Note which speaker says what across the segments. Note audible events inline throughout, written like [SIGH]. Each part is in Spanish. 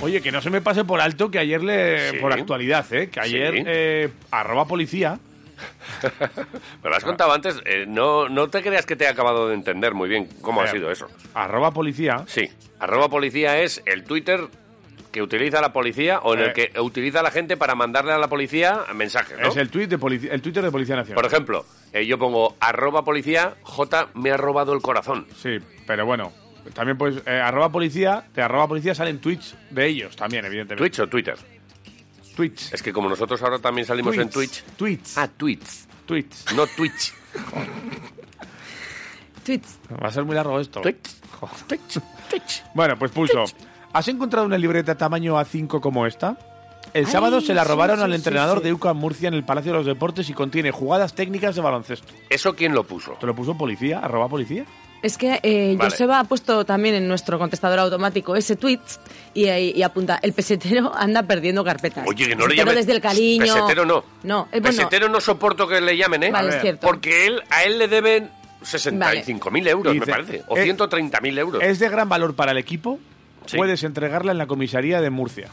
Speaker 1: Oye, que no se me pase por alto que ayer le.
Speaker 2: Sí.
Speaker 1: Por actualidad, ¿eh? Que ayer.
Speaker 2: Sí.
Speaker 1: eh, arroba policía.
Speaker 2: Me
Speaker 1: Ah.
Speaker 2: lo has contado antes. eh, no, no te creas que te he acabado de entender muy bien cómo ha
Speaker 1: Eh,
Speaker 2: sido eso.
Speaker 1: Arroba policía.
Speaker 2: Sí. Arroba policía es el Twitter que utiliza la policía o en
Speaker 1: Eh.
Speaker 2: el que utiliza la gente para mandarle a la policía mensajes, ¿no?
Speaker 1: Es el, tweet de polici- el Twitter de Policía Nacional.
Speaker 2: Por ejemplo, eh, yo pongo arroba policía, J me ha robado el corazón.
Speaker 1: Sí, pero bueno. También pues eh, arroba policía, de arroba policía salen tweets de ellos también, evidentemente.
Speaker 2: ¿Twitch o Twitter?
Speaker 1: Twitch. Tweets.
Speaker 2: Es que como nosotros ahora también salimos en Twitch.
Speaker 1: Tweets.
Speaker 2: Ah, tweets, [LAUGHS]
Speaker 1: tweets.
Speaker 2: no
Speaker 1: [LAUGHS]
Speaker 2: Twitch.
Speaker 3: Tweets.
Speaker 1: Va a ser muy largo esto.
Speaker 2: Twitch, Twitch, Twitch.
Speaker 1: Bueno, pues puso. ¿Has encontrado una libreta tamaño A5 como esta? El sábado se la
Speaker 3: sí,
Speaker 1: robaron
Speaker 3: sí,
Speaker 1: al
Speaker 3: sí,
Speaker 1: entrenador
Speaker 3: sí.
Speaker 1: de UCAM Murcia en el Palacio de los Deportes y contiene jugadas técnicas de baloncesto.
Speaker 2: ¿Eso quién lo puso?
Speaker 1: ¿Te lo puso policía? ¿Arroba policía?
Speaker 3: Es que eh,
Speaker 2: Vale.
Speaker 3: Joseba ha puesto también en nuestro contestador automático ese tweet y, ahí- y apunta, el pesetero anda perdiendo carpetas.
Speaker 2: Oye, que no le
Speaker 3: Pesetero
Speaker 2: llamen.
Speaker 3: desde el cariño.
Speaker 2: Pesetero no.
Speaker 3: No, eh, bueno,
Speaker 2: Pesetero no soporto que le llamen, ¿eh?
Speaker 3: Vale,
Speaker 1: es
Speaker 3: cierto.
Speaker 2: Porque él, a él le deben 65.000 euros,
Speaker 1: Dice,
Speaker 2: me parece. O
Speaker 1: eh,
Speaker 2: 130.000 euros.
Speaker 1: Es de gran valor para el equipo.
Speaker 2: Sí.
Speaker 1: Puedes entregarla en la comisaría de Murcia.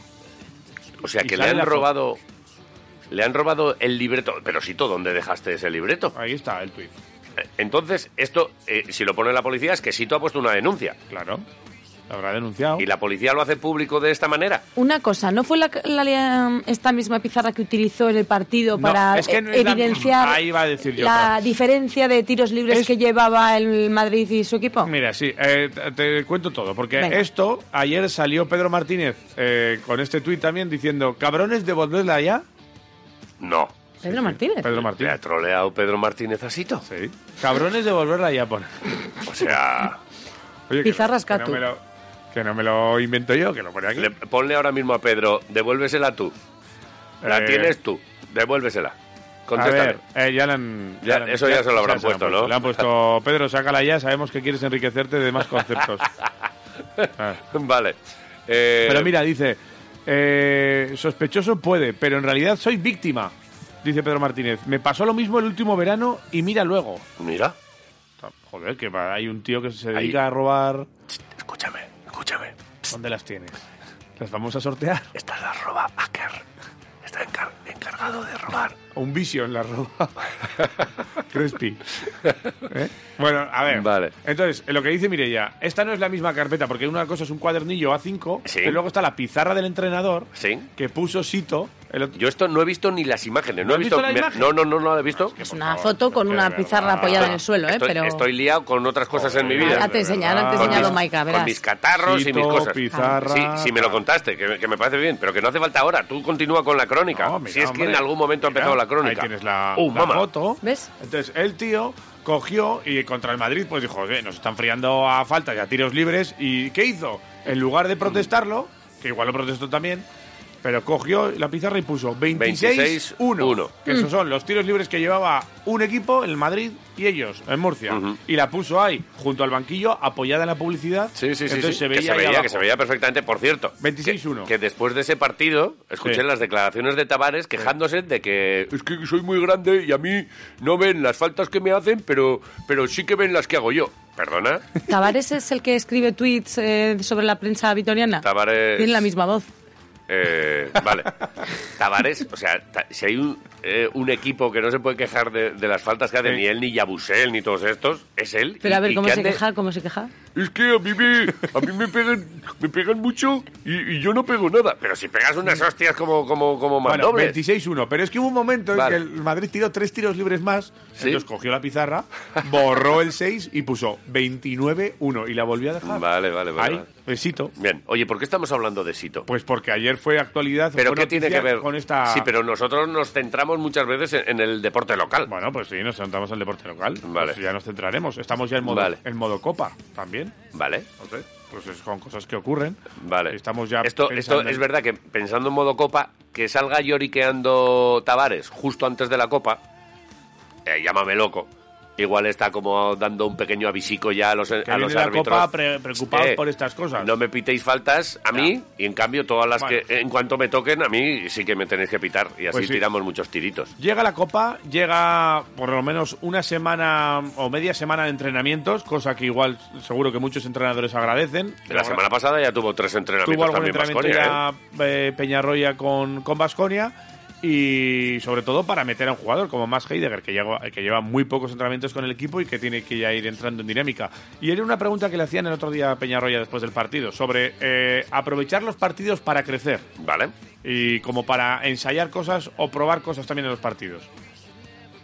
Speaker 2: o sea,
Speaker 1: y
Speaker 2: que le
Speaker 1: sale
Speaker 2: han
Speaker 1: la foto.
Speaker 2: robado... Le han robado el libreto. Pero si tú, ¿dónde dejaste ese libreto?
Speaker 1: Ahí está el tweet.
Speaker 2: Eh, Entonces, esto, eh, si lo pone la policía, es que Sito ha puesto una denuncia.
Speaker 1: Claro. Lo habrá denunciado.
Speaker 2: Y la policía lo hace público de esta manera.
Speaker 3: Una cosa, ¿no fue la, la- la- esta misma pizarra que utilizó en el partido
Speaker 1: No,
Speaker 3: para
Speaker 1: es que no
Speaker 3: eh,
Speaker 1: es la misma.
Speaker 3: evidenciar
Speaker 1: Ahí va a decir yo
Speaker 3: la
Speaker 1: otra.
Speaker 3: diferencia de tiros libres
Speaker 1: Es-
Speaker 3: que llevaba el Madrid y su equipo?
Speaker 1: Mira, sí, eh, te- te cuento todo, porque
Speaker 3: Venga.
Speaker 1: esto, ayer salió Pedro Martínez eh, con este tuit también diciendo, cabrones, devolvedla ya.
Speaker 2: No.
Speaker 3: Pedro Martínez.
Speaker 1: Pedro
Speaker 2: Le ha
Speaker 1: Martínez.
Speaker 2: troleado Pedro Martínez a Sito.
Speaker 1: Sí. Cabrones, devolvedla ya, pone.
Speaker 2: O sea,
Speaker 1: Oye, que no-
Speaker 3: Pizarras
Speaker 1: que no,
Speaker 3: Catu.
Speaker 1: me lo, que no me lo invento yo, que lo pone aquí.
Speaker 2: le- ponle ahora mismo a Pedro, devuélvesela tú. La
Speaker 1: Eh,
Speaker 2: tienes tú, devuélvesela.
Speaker 1: A
Speaker 2: Contéstale.
Speaker 1: ver, eh, ya la han...
Speaker 2: Ya,
Speaker 1: la han-
Speaker 2: eso ya se lo habrán
Speaker 1: la han
Speaker 2: puesto, ¿no?
Speaker 1: Le han
Speaker 2: [LAUGHS]
Speaker 1: puesto, Pedro, sácala ya, sabemos que quieres enriquecerte de más conceptos.
Speaker 2: Eh,
Speaker 1: Ah.
Speaker 2: [LAUGHS] Vale. Eh,
Speaker 1: Pero mira, dice, eh, sospechoso puede, pero en realidad soy víctima, dice Pedro Martínez. Me pasó lo mismo el último verano y mira luego.
Speaker 2: Mira,
Speaker 1: Joder, que va- hay un tío que se
Speaker 2: Ahí.
Speaker 1: dedica a robar...
Speaker 2: escúchame, escúchame.
Speaker 1: ¿Dónde las tienes? ¿Las vamos a sortear?
Speaker 2: Esta es la roba hacker. Está encar- encargado de robar.
Speaker 1: Un vision la roba. [LAUGHS] Crespi. ¿Eh? Bueno, a ver.
Speaker 2: Vale.
Speaker 1: Entonces, lo que dice Mireia, esta no es la misma carpeta, porque una cosa es un cuadernillo A5,
Speaker 2: Sí.
Speaker 1: y luego está la pizarra del entrenador
Speaker 2: Sí.
Speaker 1: que puso Sito. El otro...
Speaker 2: Yo esto no he visto ni las imágenes. No,
Speaker 1: ¿No
Speaker 2: he
Speaker 1: has
Speaker 2: visto.
Speaker 1: visto la
Speaker 2: me-
Speaker 1: imagen?
Speaker 2: No, no, no, no la he visto.
Speaker 3: Es una
Speaker 1: favor,
Speaker 3: foto con
Speaker 1: es que
Speaker 3: una
Speaker 1: de
Speaker 3: pizarra
Speaker 1: verdad.
Speaker 3: apoyada en el suelo, ¿eh?
Speaker 2: estoy,
Speaker 3: pero...
Speaker 2: estoy liado con otras cosas en mi vida.
Speaker 3: Ahora te enseñan, ahora te
Speaker 1: Con
Speaker 3: enseñado
Speaker 1: mis-
Speaker 3: Maika, verás.
Speaker 2: Con mis catarros y mis
Speaker 1: Sito,
Speaker 2: cosas.
Speaker 1: pizarra,
Speaker 2: sí, sí, me lo
Speaker 1: tal.
Speaker 2: contaste, que, que me parece bien, pero que no hace falta ahora. Tú continúa con la crónica.
Speaker 1: No, mira,
Speaker 2: si es que
Speaker 1: hombre,
Speaker 2: en algún momento ha
Speaker 1: mira,
Speaker 2: empezado la crónica.
Speaker 1: Ahí tienes la,
Speaker 2: Uh,
Speaker 1: la
Speaker 2: mamá.
Speaker 1: foto.
Speaker 3: ¿Ves?
Speaker 1: Entonces, el tío cogió y contra el Madrid, pues dijo, "Oye, nos están friando a faltas y a tiros libres. ¿Y qué hizo? En lugar de protestarlo, que igual lo protestó también, pero cogió la pizarra y puso 26-1.
Speaker 2: 26-1.
Speaker 1: Que esos son los tiros libres que llevaba un equipo en el Madrid y ellos en Murcia.
Speaker 2: Ujú.
Speaker 1: Y la puso ahí, junto al banquillo, apoyada en la publicidad.
Speaker 2: Sí, sí, sí.
Speaker 1: Entonces
Speaker 2: sí,
Speaker 1: se veía,
Speaker 2: que, se
Speaker 1: ahí
Speaker 2: veía
Speaker 1: abajo.
Speaker 2: que se veía perfectamente. Por cierto,
Speaker 1: 26-1.
Speaker 2: Que, que después de ese partido, escuché
Speaker 1: Sí.
Speaker 2: las declaraciones de Tavares quejándose de que es que soy muy grande y a mí no ven las faltas que me hacen, pero, pero sí que ven las que hago yo. ¿Perdona?
Speaker 3: Tavares es el que escribe tweets eh, sobre la prensa vitoriana. [LAUGHS]
Speaker 2: Tavares-
Speaker 3: Tiene la misma voz.
Speaker 2: Eh, vale. Tavares, o sea, ta- si hay un, eh, un equipo que no se puede quejar de, de las faltas que hace
Speaker 1: Sí.
Speaker 2: ni él, ni Yabusel, ni todos estos, es él.
Speaker 3: Pero
Speaker 2: y-
Speaker 3: a ver,
Speaker 2: y
Speaker 3: ¿cómo
Speaker 2: que
Speaker 3: se
Speaker 2: ande-
Speaker 3: queja? ¿Cómo se queja?
Speaker 2: Es que a mí me, a mí me pegan, me pegan mucho y, y yo no pego nada. Pero si pegas unas hostias como, como, como más
Speaker 1: Bueno,
Speaker 2: dobles.
Speaker 1: 26-1. Pero es que hubo un momento
Speaker 2: Vale.
Speaker 1: en que el Madrid tiró tres tiros libres más.
Speaker 2: Sí.
Speaker 1: Entonces cogió la pizarra, borró el 6 y puso 29-1. Y la volvió a dejar.
Speaker 2: Vale, vale, vale,
Speaker 1: Ah. Ahí,
Speaker 2: vale.
Speaker 1: besito.
Speaker 2: Bien, oye, ¿por qué estamos hablando de Sito?
Speaker 1: Pues porque ayer fue actualidad.
Speaker 2: ¿Pero
Speaker 1: fue
Speaker 2: qué tiene que
Speaker 1: noticia
Speaker 2: ver?
Speaker 1: Con esta.
Speaker 2: Sí, pero nosotros nos centramos muchas veces en, en el deporte local.
Speaker 1: Bueno, pues sí, nos sentamos al deporte local.
Speaker 2: Vale.
Speaker 1: Pues ya nos centraremos. Estamos ya en modo,
Speaker 2: Vale.
Speaker 1: en modo copa también.
Speaker 2: Vale,
Speaker 1: No sé. Pues es con cosas que ocurren.
Speaker 2: vale.
Speaker 1: Estamos ya.
Speaker 2: Esto, esto
Speaker 1: pensando en-
Speaker 2: es verdad que pensando en modo copa, que salga lloriqueando Tavares justo antes de la copa, eh, llámame loco. Igual está como dando un pequeño avisico ya a los, a
Speaker 1: Que viene
Speaker 2: los
Speaker 1: la
Speaker 2: árbitros.
Speaker 1: Copa pre- preocupados
Speaker 2: Eh,
Speaker 1: por estas cosas.
Speaker 2: No me pitéis faltas a mí y en cambio todas las
Speaker 1: Bueno.
Speaker 2: que en cuanto me toquen a mí sí que me tenéis que pitar y así
Speaker 1: Pues sí.
Speaker 2: tiramos muchos tiritos.
Speaker 1: Llega la Copa, llega por lo menos una semana o media semana de entrenamientos, cosa que igual seguro que muchos entrenadores agradecen.
Speaker 2: La semana pasada ya tuvo tres
Speaker 1: Tuvo
Speaker 2: entrenamientos
Speaker 1: algún
Speaker 2: también
Speaker 1: entrenamiento
Speaker 2: Baskonia, ¿eh?
Speaker 1: ya eh, Peñarroya con, con Basconia y sobre todo para meter a un jugador como Max Heidegger, que lleva, que lleva muy pocos entrenamientos con el equipo y que tiene que ya ir entrando en dinámica. Y era una pregunta que le hacían el otro día a Peñarroya después del partido, sobre eh, aprovechar los partidos para crecer
Speaker 2: ¿eh? Vale.
Speaker 1: y como para ensayar cosas o probar cosas también en los partidos.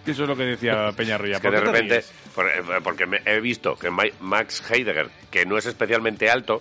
Speaker 1: Eso es lo que decía Peñarroya.
Speaker 2: [LAUGHS] Es que
Speaker 1: ¿Por
Speaker 2: de
Speaker 1: qué te
Speaker 2: repente,
Speaker 1: ríes?
Speaker 2: por- eh, porque me- he visto que Ma- Max Heidegger, que no es especialmente alto,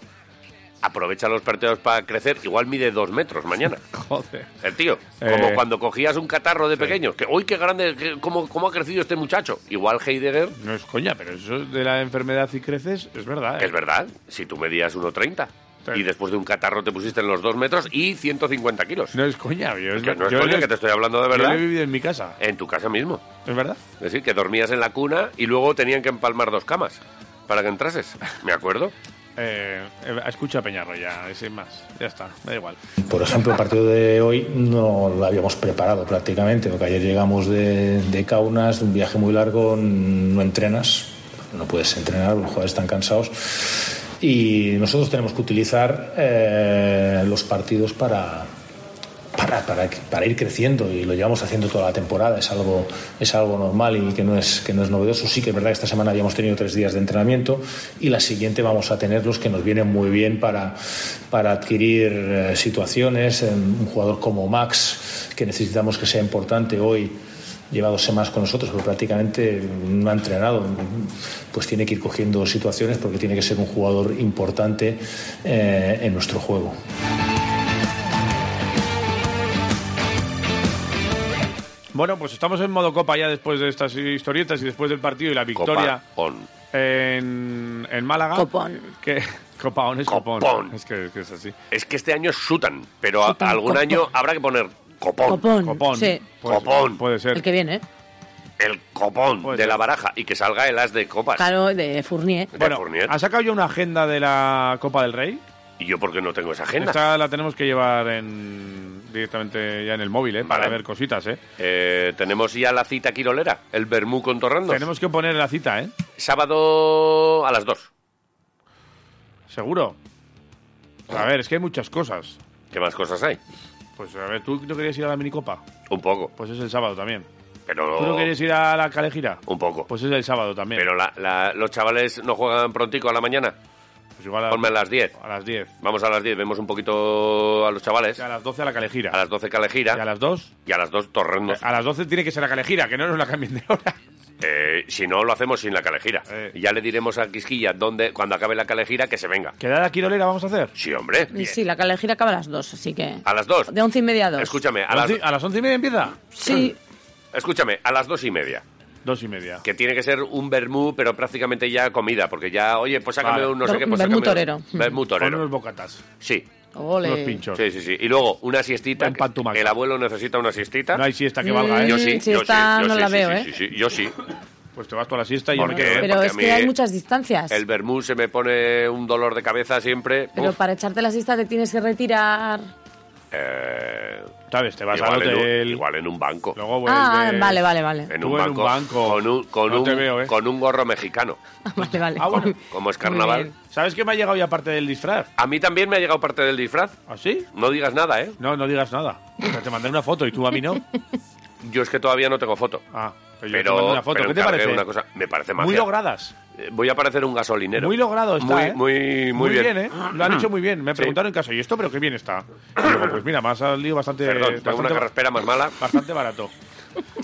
Speaker 2: aprovecha los partidos para crecer, igual mide dos
Speaker 1: [LAUGHS]
Speaker 2: metros mañana.
Speaker 1: Joder.
Speaker 2: El tío,
Speaker 1: Eh.
Speaker 2: como cuando cogías un catarro de pequeño, que hoy qué grande, que- cómo, cómo ha crecido este muchacho. Igual Heidegger,
Speaker 1: No es coña, pero eso de la enfermedad si creces es verdad. ¿eh?
Speaker 2: es verdad, si tú medías 1,30
Speaker 1: Sí.
Speaker 2: y después de un catarro te pusiste en los dos metros y 150 kilos.
Speaker 1: No es coña, yo, es
Speaker 2: Que no es
Speaker 1: yo
Speaker 2: coña,
Speaker 1: lo-
Speaker 2: que te estoy hablando de
Speaker 1: yo lo
Speaker 2: verdad.
Speaker 1: he vivido en mi casa,
Speaker 2: En tu casa mismo.
Speaker 1: ¿es verdad?
Speaker 2: Es decir, que dormías en la cuna y luego tenían que empalmar dos camas para que entrases. ¿Me acuerdo?
Speaker 1: Eh, eh, escucha a Peñarroya, sin más, ya está, me da igual.
Speaker 4: Por ejemplo, el partido de hoy no lo habíamos preparado prácticamente, porque ayer llegamos de, de Kaunas, de un viaje muy largo, no entrenas, no puedes entrenar, los jugadores están cansados. Y nosotros tenemos que utilizar eh, los partidos para, para, para, para ir creciendo y lo llevamos haciendo toda la temporada, es algo, es algo normal y que no, es, que no es novedoso. Sí que es verdad que esta semana habíamos tenido tres días de entrenamiento y la siguiente vamos a tener los que nos vienen muy bien para, para adquirir eh, situaciones. Eh, Un jugador como Max, que necesitamos que sea importante hoy, lleva dos semanas con nosotros, pero prácticamente no ha entrenado. Pues tiene que ir cogiendo situaciones porque tiene que ser un jugador importante eh, en nuestro juego.
Speaker 1: Bueno, pues estamos en modo copa ya después de estas historietas y después del partido y la victoria
Speaker 2: Copa on.
Speaker 1: en, en Málaga.
Speaker 3: Copón.
Speaker 1: Que, [LAUGHS] copaón es copón.
Speaker 2: Copón.
Speaker 1: Es que, es que es así.
Speaker 2: Es que este año sutan, pero a-
Speaker 3: Sutan,
Speaker 2: algún
Speaker 3: copón.
Speaker 2: año habrá que poner copón.
Speaker 3: Copón.
Speaker 1: Copón.
Speaker 3: Sí.
Speaker 1: Puede ser,
Speaker 2: Copón.
Speaker 1: Puede ser.
Speaker 3: El que viene, ¿eh?
Speaker 2: El copón
Speaker 1: Puede
Speaker 2: de
Speaker 1: ser.
Speaker 2: la baraja y que salga el as de copas.
Speaker 3: Claro, de Fournier.
Speaker 2: De
Speaker 1: Bueno,
Speaker 2: Fournier.
Speaker 1: ¿ha sacado ya una agenda de la Copa del Rey?
Speaker 2: ¿Y yo por qué no tengo esa agenda?
Speaker 1: Esta la tenemos que llevar en, directamente ya en el móvil, ¿eh? Para
Speaker 2: Vale.
Speaker 1: ver cositas, ¿eh?
Speaker 2: Eh, tenemos ya la cita quirolera, el Bermú con Torrando.
Speaker 1: Tenemos que poner la cita, ¿eh?
Speaker 2: Sábado a las 2.
Speaker 1: Seguro. A ver, es que hay muchas cosas.
Speaker 2: ¿Qué más cosas hay?
Speaker 1: Pues a ver, ¿tú no querías ir a la minicopa?
Speaker 2: Un poco,
Speaker 1: Pues es el sábado también.
Speaker 2: pero...
Speaker 1: ¿Tú no querías ir a la calejira?
Speaker 2: Oh. Un poco.
Speaker 1: Pues es el sábado también.
Speaker 2: pero la- la- los chavales no juegan prontico a la mañana.
Speaker 1: pues igual a,
Speaker 2: Ponme a las 10.
Speaker 1: a las 10.
Speaker 2: Vamos a las 10, vemos un poquito a los chavales.
Speaker 1: Y A las 12 a la calejira.
Speaker 2: A las
Speaker 1: Y
Speaker 2: 12
Speaker 1: a
Speaker 2: Calejira
Speaker 1: las Eh, ah. 2.
Speaker 2: y a las 2 Torrendos.
Speaker 1: A las 12 tiene que ser la calejira, que no nos la cambien de hora.
Speaker 2: Eh, si no, lo hacemos sin la Calejira.
Speaker 1: Eh.
Speaker 2: Ya le diremos a Quisquilla donde, cuando acabe la Calejira que se venga.
Speaker 1: ¿Quedada quirolera vamos a hacer?
Speaker 2: Sí, hombre.
Speaker 3: Y sí, la calejira acaba a las dos, así que.
Speaker 2: A las 2.
Speaker 3: De once y media a dos.
Speaker 2: Escúchame, a
Speaker 1: ¿A las,
Speaker 2: las,
Speaker 1: once- ¿A las 11 y media empieza?
Speaker 2: [CLEARS THROAT]
Speaker 3: Sí.
Speaker 2: escúchame, a las dos y media.
Speaker 1: Dos y media.
Speaker 2: Que tiene que ser un vermú, pero prácticamente ya comida, porque ya, oye, pues sácame
Speaker 1: Vale. Mm.
Speaker 2: un no sé
Speaker 3: Ver-
Speaker 2: qué. Pues sácame
Speaker 3: vermú
Speaker 2: un-
Speaker 3: torero.
Speaker 1: Con
Speaker 2: Vermú
Speaker 1: unos
Speaker 2: torero.
Speaker 1: bocatas.
Speaker 2: Sí.
Speaker 3: Ole.
Speaker 1: Unos pinchos.
Speaker 2: Sí, sí, sí. Y luego, una siestita.
Speaker 1: En pan tu maca.
Speaker 2: El abuelo necesita una siestita.
Speaker 1: No hay siesta que valga, ¿eh?
Speaker 2: Yo
Speaker 3: Mm,
Speaker 2: sí, yo sí,
Speaker 3: siesta
Speaker 2: yo
Speaker 3: no
Speaker 2: sí,
Speaker 3: la
Speaker 2: sí,
Speaker 3: veo,
Speaker 2: sí,
Speaker 3: ¿eh?
Speaker 2: sí, sí, yo sí.
Speaker 1: Pues te vas tú a la siesta y yo
Speaker 2: ¿Por
Speaker 1: me
Speaker 2: qué?
Speaker 1: quedo.
Speaker 3: Pero
Speaker 2: porque a
Speaker 3: es
Speaker 2: mí-
Speaker 3: que hay muchas distancias.
Speaker 2: El vermú se me pone un dolor de cabeza siempre.
Speaker 3: Pero
Speaker 2: Uf,
Speaker 3: para echarte la siesta te tienes que retirar.
Speaker 2: eh,
Speaker 1: ¿Sabes? Te vas
Speaker 2: igual,
Speaker 1: al
Speaker 2: en un-
Speaker 1: hotel.
Speaker 2: igual en un banco.
Speaker 1: Luego vuelves.
Speaker 3: Ah, vale, vale, vale.
Speaker 2: en
Speaker 1: Tú
Speaker 2: un
Speaker 1: en
Speaker 2: banco.
Speaker 1: un banco.
Speaker 2: Con un, con
Speaker 1: No
Speaker 2: un-
Speaker 1: te veo, ¿eh?
Speaker 2: con un gorro mexicano.
Speaker 3: [LAUGHS] Vale, vale.
Speaker 1: Ah, bueno.
Speaker 2: Como es
Speaker 3: Muy
Speaker 2: carnaval.
Speaker 3: bien.
Speaker 1: ¿Sabes qué me ha llegado ya parte del disfraz? ¿Ah,
Speaker 2: A mí también me ha llegado parte del disfraz.
Speaker 1: ¿Así?
Speaker 2: No digas nada, ¿eh?
Speaker 3: [LAUGHS]
Speaker 1: No, no digas nada. O sea, te mandé una foto y tú a mí no.
Speaker 2: Yo es que todavía no tengo foto.
Speaker 1: Ah, pero yo te mando
Speaker 2: Pero,
Speaker 1: una foto.
Speaker 2: pero
Speaker 1: ¿Qué te
Speaker 2: encargué
Speaker 1: parece?
Speaker 2: una cosa, me parece magia.
Speaker 1: Muy logradas.
Speaker 2: Eh, Voy a parecer un gasolinero.
Speaker 1: Muy logrado está,
Speaker 2: Muy,
Speaker 1: ¿eh?
Speaker 2: muy, muy, bien.
Speaker 1: ¿eh? Lo han hecho muy bien. Me
Speaker 2: Sí.
Speaker 1: preguntaron en casa, ¿y esto? Pero qué bien está. Y digo, pues mira, me ha salido bastante...
Speaker 2: Perdón, tengo una
Speaker 1: bastante-
Speaker 2: carraspera más mala.
Speaker 1: Bastante barato.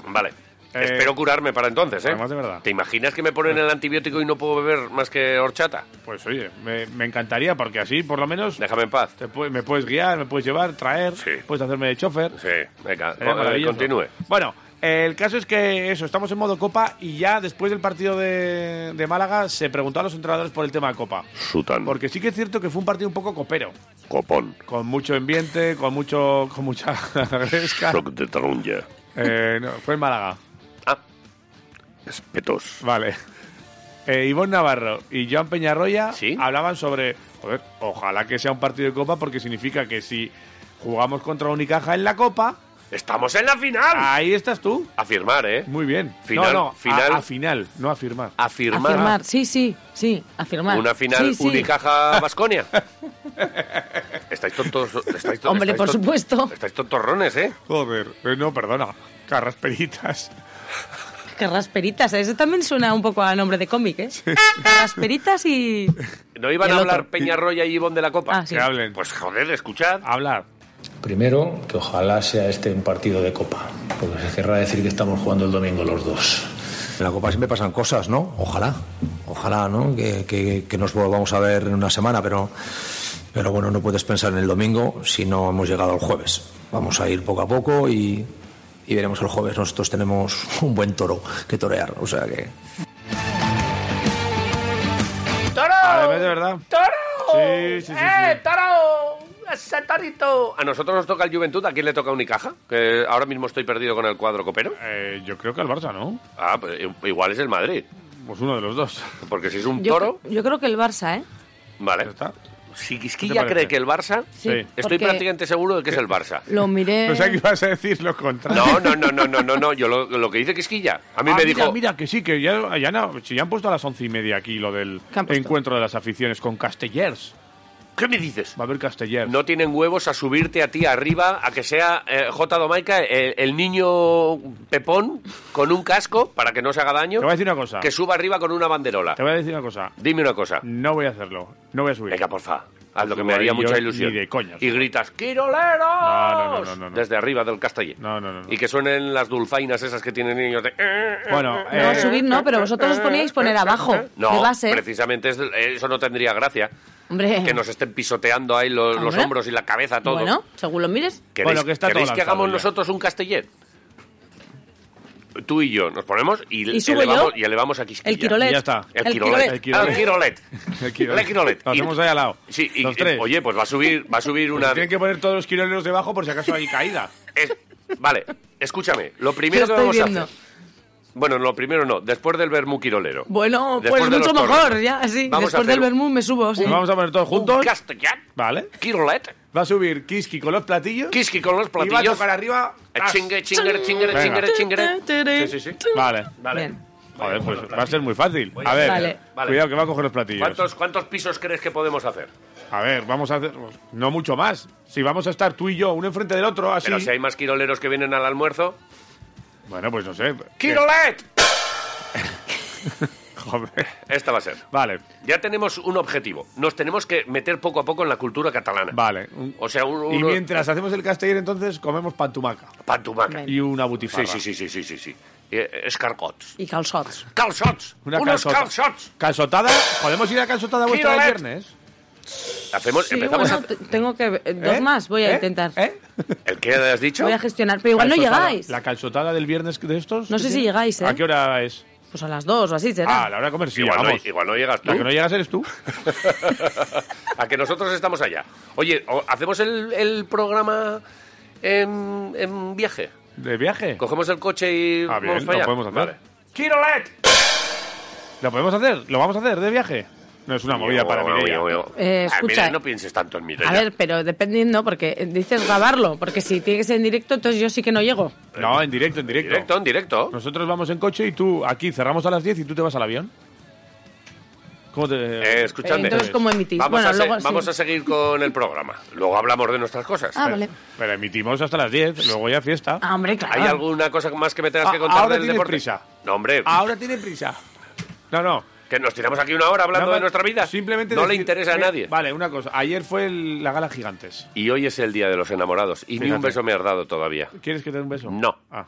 Speaker 2: Vale.
Speaker 1: Eh,
Speaker 2: Espero curarme para entonces, ¿eh?
Speaker 1: además de verdad.
Speaker 2: ¿Te imaginas que me ponen el antibiótico y no puedo beber más que horchata?
Speaker 1: Pues oye, me, me encantaría porque así por lo menos
Speaker 2: Déjame en paz.
Speaker 1: te pu- me puedes guiar, me puedes llevar, traer,
Speaker 2: Sí.
Speaker 1: puedes hacerme de chofer.
Speaker 2: Sí, venga,
Speaker 1: Sería
Speaker 2: con-
Speaker 1: maravilloso.
Speaker 2: continúe.
Speaker 1: Bueno, el caso es que eso, estamos en modo Copa y ya después del partido de, de Málaga se preguntó a los entrenadores por el tema de Copa.
Speaker 2: Sután,
Speaker 1: Porque sí que es cierto que fue un partido un poco copero,
Speaker 2: copón,
Speaker 1: con mucho ambiente, con mucho con mucha [LAUGHS] gresca.
Speaker 2: de tarunya,
Speaker 1: Eh, no, fue en Málaga,
Speaker 2: Ah, espetos.
Speaker 1: vale. Eh, Ivonne Navarro y Joan Peñarroya
Speaker 2: Sí.
Speaker 1: hablaban sobre, joder, ojalá que sea un partido de Copa porque significa que si jugamos contra Unicaja en la Copa,
Speaker 2: ¡Estamos en la final!
Speaker 1: ahí estás tú.
Speaker 2: Afirmar, ¿eh?
Speaker 1: Ah. Muy bien.
Speaker 2: Final,
Speaker 1: no, no, a-
Speaker 2: final. Ah.
Speaker 1: A, final, no a firmar.
Speaker 2: Afirmar.
Speaker 3: Afirmar, sí, sí, sí, afirmar.
Speaker 2: Una final
Speaker 3: Sí, sí. [LAUGHS]
Speaker 2: Unicaja
Speaker 1: [LAUGHS]
Speaker 2: Basconia. estáis tontos. Estáis to-
Speaker 3: Hombre,
Speaker 2: estáis
Speaker 3: por
Speaker 2: to-
Speaker 3: supuesto.
Speaker 2: [LAUGHS] Estáis tontorrones, ¿eh?
Speaker 1: Joder, eh, no, perdona. Carrasperitas.
Speaker 3: Que rasperitas, eso también suena un poco a nombre de cómic, ¿eh? Rasperitas y...
Speaker 2: ¿No iban
Speaker 3: Y
Speaker 2: a
Speaker 3: el
Speaker 2: hablar
Speaker 3: otro.
Speaker 2: Peñarroya y Ivón de la Copa?
Speaker 3: Ah, sí.
Speaker 1: Que hablen. Ah,
Speaker 2: Pues joder, escuchad.
Speaker 1: hablar.
Speaker 4: Primero, que ojalá sea este un partido de copa, porque se querrá decir que estamos jugando el domingo los dos.
Speaker 5: En la Copa siempre pasan cosas, ¿no? Ojalá, ojalá, ¿no? Que, que- que nos volvamos a ver en una semana, pero, pero bueno, no puedes pensar en el domingo si no hemos llegado al jueves. Vamos a ir poco a poco y, y veremos el jueves. Nosotros tenemos un buen toro que torear, o sea que...
Speaker 2: ¡Toro!
Speaker 1: Además, de verdad.
Speaker 2: ¡Toro!
Speaker 1: Sí, sí, sí,
Speaker 2: ¡Eh,
Speaker 1: sí.
Speaker 2: toro! ¡Ese torito! A nosotros nos toca el Juventud, ¿a quién le toca Unicaja? Que ahora mismo estoy perdido con el cuadro copero.
Speaker 1: Eh, yo creo que al Barça, ¿no?
Speaker 2: Ah, pues i- igual es el Madrid.
Speaker 1: Pues uno de los dos.
Speaker 2: Porque si es un
Speaker 3: Yo,
Speaker 2: toro,
Speaker 3: yo creo que el Barça, ¿eh?
Speaker 1: Ya
Speaker 2: vale.
Speaker 1: está.
Speaker 2: Si
Speaker 1: ¿Qué
Speaker 2: Quisquilla
Speaker 1: te parece?
Speaker 2: cree que el Barça,
Speaker 1: Sí,
Speaker 2: estoy
Speaker 3: porque
Speaker 2: prácticamente seguro de que es
Speaker 1: [LAUGHS]
Speaker 2: el Barça.
Speaker 3: Lo miré...
Speaker 1: Pensaba que ibas a decir lo contrario.
Speaker 2: No, no, no, no, no, no, no. Yo lo, lo que dice Quisquilla. A mí
Speaker 1: Ah, mira,
Speaker 2: me dijo.
Speaker 1: Mira, que sí, que ya, ah, ya, no- si ya han puesto a las once y media aquí lo del
Speaker 3: ¿Qué han puesto?
Speaker 1: encuentro de las aficiones con Castellers.
Speaker 2: ¿Qué me dices?
Speaker 1: Va a haber Castellers.
Speaker 2: No tienen huevos a subirte a ti arriba, a que sea eh, J. Domaica, el, el niño pepón, con un casco para que no se haga daño.
Speaker 1: Te voy a decir una cosa.
Speaker 2: Que suba arriba con una banderola.
Speaker 1: Te voy a decir una cosa.
Speaker 2: Dime una cosa.
Speaker 1: No voy a hacerlo. No voy a subir.
Speaker 2: Venga, porfa. Haz lo que me
Speaker 1: No,
Speaker 2: haría
Speaker 1: yo
Speaker 2: mucha
Speaker 1: ni
Speaker 2: ilusión.
Speaker 1: de coña.
Speaker 2: Y gritas, ¡Quiroleros!
Speaker 1: No, no, no, no, no.
Speaker 2: Desde arriba del castellé.
Speaker 1: No, no, no, no.
Speaker 2: Y que suenen las dulzainas esas que tienen niños de... "Eh,
Speaker 1: Bueno,
Speaker 3: No,
Speaker 1: eh, [LAUGHS]
Speaker 3: subir no, pero vosotros os poníais poner abajo,
Speaker 2: No,
Speaker 3: de base.
Speaker 2: precisamente es- eso no tendría gracia.
Speaker 3: Hombre,
Speaker 2: Que nos estén pisoteando ahí lo- los,
Speaker 3: Hombre.
Speaker 2: hombros y la cabeza, todo.
Speaker 3: bueno, según lo mires,
Speaker 2: ¿Queréis,
Speaker 1: Bueno, que está todo
Speaker 2: queréis que
Speaker 1: lanzado
Speaker 2: hagamos
Speaker 1: ya.
Speaker 2: nosotros un castellet? Tú y yo nos ponemos y,
Speaker 3: ¿Y subo
Speaker 2: elevamos,
Speaker 3: yo?
Speaker 2: y elevamos a Quisquilla.
Speaker 3: el quirolet.
Speaker 1: Y ya está.
Speaker 2: El
Speaker 3: El
Speaker 2: quirolet. Ah, El
Speaker 3: quirolet.
Speaker 1: quirolet.
Speaker 2: quirolet.
Speaker 1: [LAUGHS] El quirolet.
Speaker 2: El quirolet.
Speaker 1: Lo
Speaker 2: Y-
Speaker 1: hacemos ahí al lado.
Speaker 2: Sí, y,
Speaker 1: Los
Speaker 2: y-
Speaker 1: tres.
Speaker 2: oye, pues va a subir, va a subir una.
Speaker 1: Tienen que poner todos los quiroleros debajo por si acaso hay
Speaker 2: [LAUGHS]
Speaker 1: caída.
Speaker 2: Es- vale, escúchame. Lo
Speaker 3: Lo
Speaker 2: primero que
Speaker 3: estoy
Speaker 2: vamos
Speaker 3: viendo.
Speaker 2: a hacer. Bueno, lo primero no. Después del vermú quirolero.
Speaker 3: Bueno,
Speaker 2: Después de
Speaker 3: pues mucho
Speaker 2: los toros.
Speaker 3: mejor, ya, sí.
Speaker 2: Vamos a
Speaker 3: Después
Speaker 2: hacer
Speaker 3: del vermú me subo, sí.
Speaker 1: Nos vamos a poner todos juntos.
Speaker 2: Un castellet,
Speaker 1: Vale.
Speaker 2: quirolet,
Speaker 1: Va a subir Kiski con los platillos.
Speaker 2: Kiski con los
Speaker 1: Y va a
Speaker 2: platillos.
Speaker 1: tocar arriba.
Speaker 2: Eh,
Speaker 1: ¡tas!
Speaker 2: Chingue, chingere, chingere,
Speaker 1: Venga.
Speaker 2: chingere, chingere.
Speaker 3: Tere.
Speaker 2: Sí, sí, sí.
Speaker 1: Vale.
Speaker 2: Vale.
Speaker 3: Bien.
Speaker 1: Joder, pues va a ser muy fácil. A ver,
Speaker 3: Vale.
Speaker 2: Vale.
Speaker 1: cuidado que va a coger los platillos.
Speaker 2: ¿Cuántos, ¿Cuántos pisos crees que podemos hacer?
Speaker 1: A ver, vamos a hacer. No mucho más. Si vamos a estar tú y yo, uno enfrente del otro, así.
Speaker 2: Pero si hay más quiroleros que vienen al almuerzo.
Speaker 1: Bueno, pues no sé.
Speaker 2: ¡Quirolet!
Speaker 1: [LAUGHS] Joder.
Speaker 2: Esta va a ser.
Speaker 1: Vale,
Speaker 2: Ya tenemos un objetivo. Nos tenemos que meter poco a poco en la cultura catalana.
Speaker 1: vale. Un-
Speaker 2: O sea, un,
Speaker 1: Y
Speaker 2: uno-
Speaker 1: mientras hacemos el castellero, entonces comemos pantumaca
Speaker 2: Pantumaca.
Speaker 1: y una
Speaker 2: Sí,
Speaker 1: butifarra.
Speaker 2: sí, sí, sí, sí, sí, sí. Eh, Escargots.
Speaker 3: Y calzots.
Speaker 2: Calzots.
Speaker 1: Una
Speaker 2: Unos
Speaker 1: calzota.
Speaker 2: calzots.
Speaker 1: ¿Calzotada? ¿Podemos ir a calzotada vuestra el
Speaker 2: Quirolet.
Speaker 1: viernes?
Speaker 2: Hacemos,
Speaker 3: Sí,
Speaker 2: empezamos
Speaker 3: bueno,
Speaker 2: a...
Speaker 3: t- tengo que... eh, Dos
Speaker 1: ¿Eh?
Speaker 3: más voy a
Speaker 1: ¿Eh?
Speaker 3: intentar.
Speaker 1: ¿Eh?
Speaker 2: ¿El qué has dicho?
Speaker 3: Voy a gestionar, pero igual no
Speaker 1: Calzotada.
Speaker 3: llegáis.
Speaker 1: ¿La calzotada del viernes de estos?
Speaker 3: No
Speaker 1: que
Speaker 3: sé si
Speaker 1: tiene?
Speaker 3: llegáis, ¿eh?
Speaker 1: ¿A qué hora es?
Speaker 3: Pues a las dos o así será.
Speaker 1: Ah, la hora de comer, sí,
Speaker 2: igual,
Speaker 1: vamos.
Speaker 2: no, igual no llegas tú.
Speaker 1: La que no llegas eres tú.
Speaker 2: a que nosotros estamos allá. Oye, o- ¿hacemos el, el programa en, en viaje?
Speaker 1: ¿De viaje?
Speaker 2: ¿Cogemos el coche y
Speaker 1: Ah, bien,
Speaker 2: vamos para
Speaker 1: lo
Speaker 2: allá?
Speaker 1: podemos hacer.
Speaker 2: Vale. ¡Quirolet!
Speaker 1: ¿Lo podemos hacer? ¿Lo vamos a hacer de viaje? No es una movida para
Speaker 2: Bueno,
Speaker 1: Mireia.
Speaker 2: bueno, bueno.
Speaker 3: Eh,
Speaker 2: Ah,
Speaker 3: escucha,
Speaker 2: Mireia, no pienses tanto en Mireia.
Speaker 3: A ver, pero dependiendo, porque eh, dices grabarlo, porque si tiene que ser en directo, entonces yo sí que no llego.
Speaker 1: No, en directo, en
Speaker 2: en
Speaker 1: directo.
Speaker 2: directo, en directo.
Speaker 1: Nosotros vamos en coche y tú aquí cerramos a las 10 y tú te vas al avión. ¿Cómo te.?
Speaker 2: Eh, escuchadme.
Speaker 3: Entonces, ¿cómo emitís?
Speaker 2: Vamos,
Speaker 3: Bueno,
Speaker 2: a, se-
Speaker 3: luego sí.
Speaker 2: vamos a seguir con el programa. Luego hablamos de nuestras cosas.
Speaker 6: Ah, vale.
Speaker 1: Pero emitimos hasta las 10, luego ya fiesta.
Speaker 3: Ah, hombre, claro.
Speaker 2: ¿Hay alguna cosa más que me tengas
Speaker 1: Ah,
Speaker 2: que contar
Speaker 1: ahora
Speaker 2: del
Speaker 1: tienes
Speaker 2: deporte?
Speaker 1: prisa. Ah.
Speaker 2: No, hombre.
Speaker 1: Ahora tiene prisa. No, no.
Speaker 2: Que nos tiramos aquí una hora hablando
Speaker 1: Nada más-
Speaker 2: de nuestra vida.
Speaker 1: Simplemente
Speaker 2: no le
Speaker 1: decir-
Speaker 2: interesa a
Speaker 1: eh,
Speaker 2: nadie.
Speaker 1: Vale, una cosa. Ayer fue el- la gala Gigantes.
Speaker 2: Y hoy es el día de los enamorados. Y ni un
Speaker 1: Fíjate.
Speaker 2: beso me has dado todavía.
Speaker 1: ¿Quieres que te dé un beso?
Speaker 2: No.
Speaker 1: Ah,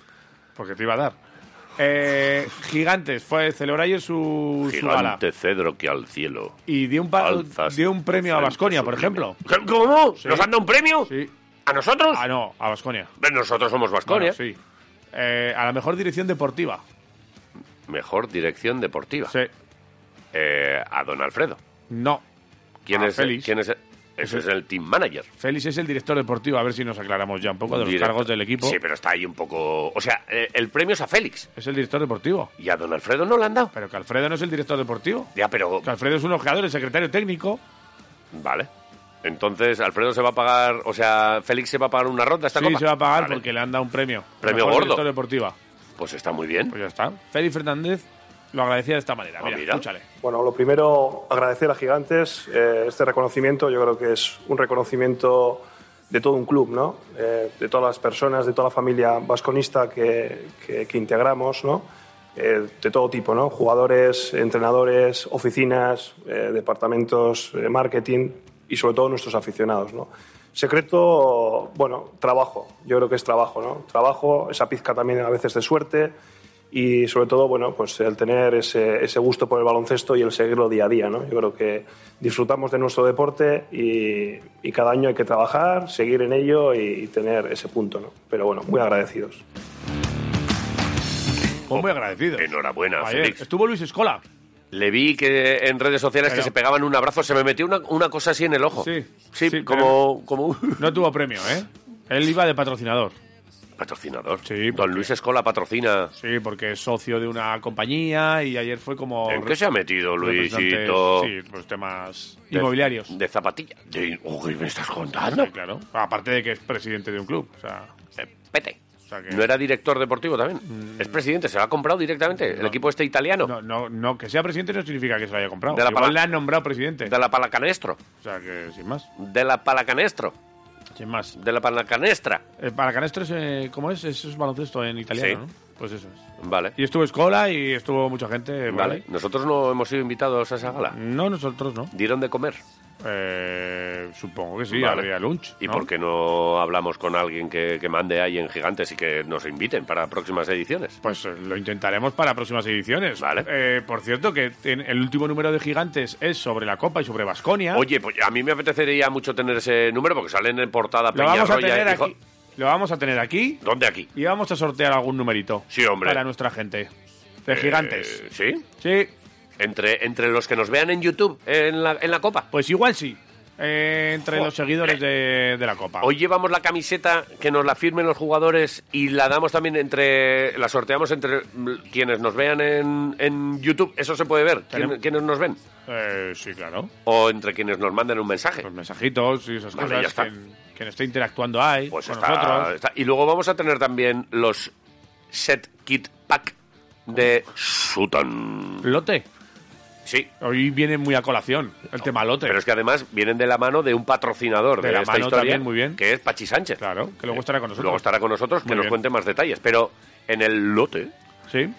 Speaker 1: porque te iba a dar. Eh, Gigantes fue celebrar ayer su, su gala.
Speaker 2: Gigante cedro que al cielo.
Speaker 1: Y dio Ah, un, pa-
Speaker 2: alzas
Speaker 1: dio un premio a
Speaker 2: frente
Speaker 1: Basconia, por
Speaker 2: sublime.
Speaker 1: ejemplo.
Speaker 2: ¿Qué- ¿Cómo?
Speaker 1: Sí.
Speaker 2: ¿Nos han dado un premio?
Speaker 1: Sí.
Speaker 2: ¿A nosotros?
Speaker 1: Ah, no, a Basconia.
Speaker 2: Pues Nosotros somos Vasconia.
Speaker 1: sí. Eh, a la mejor dirección deportiva.
Speaker 2: Mejor dirección deportiva.
Speaker 1: Sí.
Speaker 2: Eh, a don Alfredo.
Speaker 1: No.
Speaker 2: ¿Quién
Speaker 1: A
Speaker 2: es?
Speaker 1: Ah,
Speaker 2: el-
Speaker 1: Félix.
Speaker 2: ¿Quién es? el- Ese es el team manager.
Speaker 1: Félix es el director deportivo. A ver si nos aclaramos ya un poco de los
Speaker 2: Directo.
Speaker 1: cargos del equipo.
Speaker 2: Sí, pero está ahí un poco. O sea, eh, el premio es a Félix.
Speaker 1: Es el director deportivo.
Speaker 2: Y a don Alfredo no le han dado.
Speaker 1: Pero que Alfredo no es el director deportivo.
Speaker 2: Ya, pero.
Speaker 1: Que Alfredo es un ojeador, el secretario técnico.
Speaker 2: Vale. Entonces, Alfredo se va a pagar. O sea, Félix se va a pagar una ronda esta
Speaker 1: sí,
Speaker 2: copa.
Speaker 1: se va a pagar
Speaker 2: Vale.
Speaker 1: porque le han dado un premio.
Speaker 2: Premio
Speaker 1: Mejor
Speaker 2: gordo.
Speaker 1: Director deportiva.
Speaker 2: Pues está muy bien.
Speaker 1: Pues ya está. Félix Fernández lo agradecía de esta manera.
Speaker 2: Ah,
Speaker 1: mira,
Speaker 2: mira.
Speaker 1: escúchale.
Speaker 7: Bueno, lo primero, agradecer a Gigantes eh, este reconocimiento. Yo creo que es un reconocimiento de todo un club, ¿no? Eh, de todas las personas, de toda la familia vasconista que, que- que integramos, ¿no? Eh, de todo tipo, ¿no? Jugadores, entrenadores, oficinas, eh, departamentos de marketing y sobre todo nuestros aficionados, ¿no? Secreto, bueno, trabajo. Yo creo que es trabajo, ¿no? Trabajo, esa pizca también a veces de suerte y sobre todo, bueno, pues el tener ese, ese gusto por el baloncesto y el seguirlo día a día, ¿no? Yo creo que disfrutamos de nuestro deporte y, y cada año hay que trabajar, seguir en ello y, tener ese punto, ¿no? Pero bueno, muy agradecidos.
Speaker 1: Pues muy agradecido.
Speaker 2: Enhorabuena,
Speaker 1: Ayer
Speaker 2: Félix.
Speaker 1: Estuvo Luis Escola.
Speaker 2: Le vi que en redes sociales
Speaker 1: Pero-
Speaker 2: que se pegaban un abrazo, se me metió una, una cosa así en el ojo.
Speaker 1: Sí,
Speaker 2: sí,
Speaker 1: sí,
Speaker 2: como, como un [LAUGHS]
Speaker 1: No tuvo premio, ¿eh? Él iba de patrocinador.
Speaker 2: patrocinador.
Speaker 1: Sí,
Speaker 2: Don
Speaker 1: porque-
Speaker 2: Luis Escola patrocina.
Speaker 1: Sí, porque es socio de una compañía y ayer fue como.
Speaker 2: ¿En qué se ha metido
Speaker 1: representante-
Speaker 2: Luisito?
Speaker 1: Sí, pues temas
Speaker 2: De-
Speaker 1: inmobiliarios.
Speaker 2: De zapatilla. De, oh, ¿qué me estás contando?
Speaker 1: Sí, claro. Aparte de que es presidente de un club. O sea,
Speaker 2: Eh, Vete.
Speaker 1: O sea que-
Speaker 2: ¿No era director deportivo también? Es presidente, se lo ha comprado directamente. El equipo este italiano.
Speaker 1: Mm. no, no, no, que sea presidente no significa que se lo haya comprado.
Speaker 2: De la
Speaker 1: Igual
Speaker 2: pala-
Speaker 1: le han nombrado presidente.
Speaker 2: De la palacanestro.
Speaker 1: O sea que sin más.
Speaker 2: De la palacanestro.
Speaker 1: Sin más.
Speaker 2: De la palacanestra.
Speaker 1: Eh, para Canestro es, eh, ¿cómo es? Eso es baloncesto en italiano,
Speaker 2: Sí.
Speaker 1: ¿no? Pues eso es.
Speaker 2: Vale.
Speaker 1: Y estuvo Escola y estuvo mucha gente. por
Speaker 2: Vale.
Speaker 1: ahí.
Speaker 2: Nosotros no hemos sido invitados a esa gala.
Speaker 1: No, nosotros no.
Speaker 2: Dieron de comer.
Speaker 1: Eh, supongo que sí,
Speaker 2: Vale.
Speaker 1: habría lunch.
Speaker 2: ¿Y
Speaker 1: ¿no?
Speaker 2: por qué no hablamos con alguien que, que mande ahí en Gigantes y que nos inviten para próximas ediciones?
Speaker 1: Pues eh, lo intentaremos para próximas ediciones.
Speaker 2: Vale.
Speaker 1: Eh, por cierto, que en- el último número de Gigantes es sobre la Copa y sobre Basconia.
Speaker 2: Oye, pues a mí me apetecería mucho tener ese número porque salen en portada
Speaker 1: lo vamos a
Speaker 2: Peñarroya
Speaker 1: tener
Speaker 2: y Jo-
Speaker 1: aquí. Lo vamos a tener aquí
Speaker 2: ¿Dónde aquí?
Speaker 1: y vamos a sortear algún numerito.
Speaker 2: Sí, hombre.
Speaker 1: Para nuestra gente. De Gigantes.
Speaker 2: Eh, ¿Sí?
Speaker 1: Sí.
Speaker 2: Entre, entre los que nos vean en YouTube eh, en la, en la Copa.
Speaker 1: Pues igual sí. Eh, entre
Speaker 2: Joder.
Speaker 1: los seguidores de, de la Copa.
Speaker 2: Hoy llevamos la camiseta que nos la firmen los jugadores y la damos también entre. La sorteamos entre mm, quienes nos vean en, en YouTube. Eso se puede ver. ¿Quién-
Speaker 1: Tenemos-
Speaker 2: quienes nos ven.
Speaker 1: Eh, sí, claro.
Speaker 2: O entre quienes nos manden un mensaje.
Speaker 1: Los mensajitos y esas
Speaker 2: Vale, ya
Speaker 1: cosas.
Speaker 2: está.
Speaker 1: Quien, quien esté este interactuando ahí
Speaker 2: Pues
Speaker 1: con
Speaker 2: está,
Speaker 1: nosotros.
Speaker 2: está. Y luego vamos a tener también los set kit pack de Sutton.
Speaker 1: Lote.
Speaker 2: Sí.
Speaker 1: Hoy viene muy a colación el tema lote.
Speaker 2: Pero es que además vienen de la mano de un patrocinador de,
Speaker 1: De la
Speaker 2: esta
Speaker 1: mano
Speaker 2: historia,
Speaker 1: también, muy bien.
Speaker 2: que es Pachi Sánchez.
Speaker 1: Claro, que luego estará con nosotros.
Speaker 2: eh, Luego estará con nosotros, que
Speaker 1: Muy
Speaker 2: nos
Speaker 1: bien.
Speaker 2: cuente más detalles. Pero en el lote,
Speaker 1: Sí,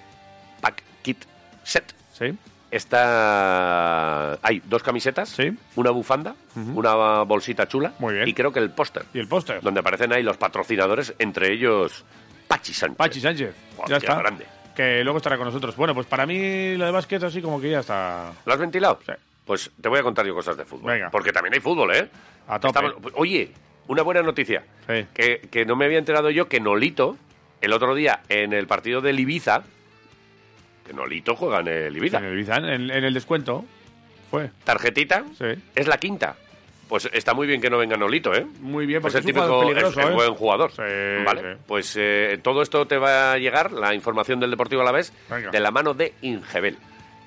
Speaker 2: pack, kit, set,
Speaker 1: sí.
Speaker 2: está... Hay dos camisetas,
Speaker 1: Sí.
Speaker 2: una bufanda, una bolsita chula
Speaker 1: Muy bien.
Speaker 2: y creo que el póster,
Speaker 1: Y el póster.
Speaker 2: donde aparecen ahí los patrocinadores, entre ellos Pachi Sánchez.
Speaker 1: Pachi Sánchez.
Speaker 2: Joder,
Speaker 1: ya
Speaker 2: qué
Speaker 1: está.
Speaker 2: grande.
Speaker 1: Que luego estará con nosotros. Bueno, pues para mí lo de básquet así como que ya está.
Speaker 2: ¿Lo has ventilado?
Speaker 1: Sí.
Speaker 2: Pues te voy a contar yo cosas de fútbol.
Speaker 1: Venga.
Speaker 2: Porque también hay fútbol, ¿eh?
Speaker 1: A tope.
Speaker 2: oye, una buena noticia.
Speaker 1: Sí.
Speaker 2: Que, que no me había enterado yo que Nolito, el otro día en el partido del Ibiza, que Nolito juega en el Ibiza,
Speaker 1: En el, Ibiza, en- en el descuento. Fue.
Speaker 2: tarjetita,
Speaker 1: Sí.
Speaker 2: es la quinta. Pues está muy bien que no venga Nolito, ¿eh?
Speaker 1: Muy bien,
Speaker 2: Pues
Speaker 1: porque
Speaker 2: el
Speaker 1: es un
Speaker 2: típico
Speaker 1: jugador
Speaker 2: es,
Speaker 1: peligroso,
Speaker 2: es
Speaker 1: ¿eh?
Speaker 2: buen jugador.
Speaker 1: Sí,
Speaker 2: vale.
Speaker 1: sí.
Speaker 2: Pues eh, todo esto te va a llegar, la información del Deportivo a la vez,
Speaker 1: Venga.
Speaker 2: de la mano de Ingebel,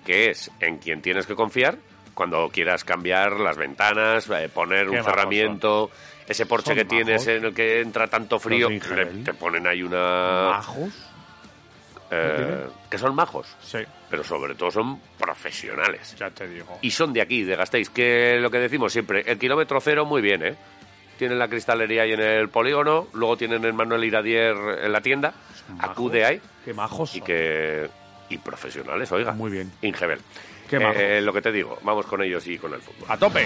Speaker 2: que es en quien tienes que confiar cuando quieras cambiar las ventanas, eh, poner
Speaker 1: Qué
Speaker 2: un
Speaker 1: majos
Speaker 2: cerramiento, ese porche
Speaker 1: Son
Speaker 2: que tienes
Speaker 1: majos.
Speaker 2: en el que entra tanto frío,
Speaker 1: Los Ingebel.
Speaker 2: Ah. le- te ponen ahí una...
Speaker 1: Majos.
Speaker 2: eh, que son majos.
Speaker 1: Sí.
Speaker 2: pero sobre todo son profesionales.
Speaker 1: Ya te digo.
Speaker 2: Y son de aquí, de Gasteiz, que lo que decimos siempre, el kilómetro cero muy bien, ¿eh? Tienen la cristalería ahí en el polígono, luego tienen el Manuel Iradier en la tienda, acude ahí
Speaker 1: Qué majos.
Speaker 2: y
Speaker 1: son.
Speaker 2: que... Y profesionales, oiga.
Speaker 1: Muy bien.
Speaker 2: Ingebel.
Speaker 1: Qué
Speaker 2: Eh,
Speaker 1: majos.
Speaker 2: lo que te digo, vamos con ellos y con el fútbol.
Speaker 1: A tope.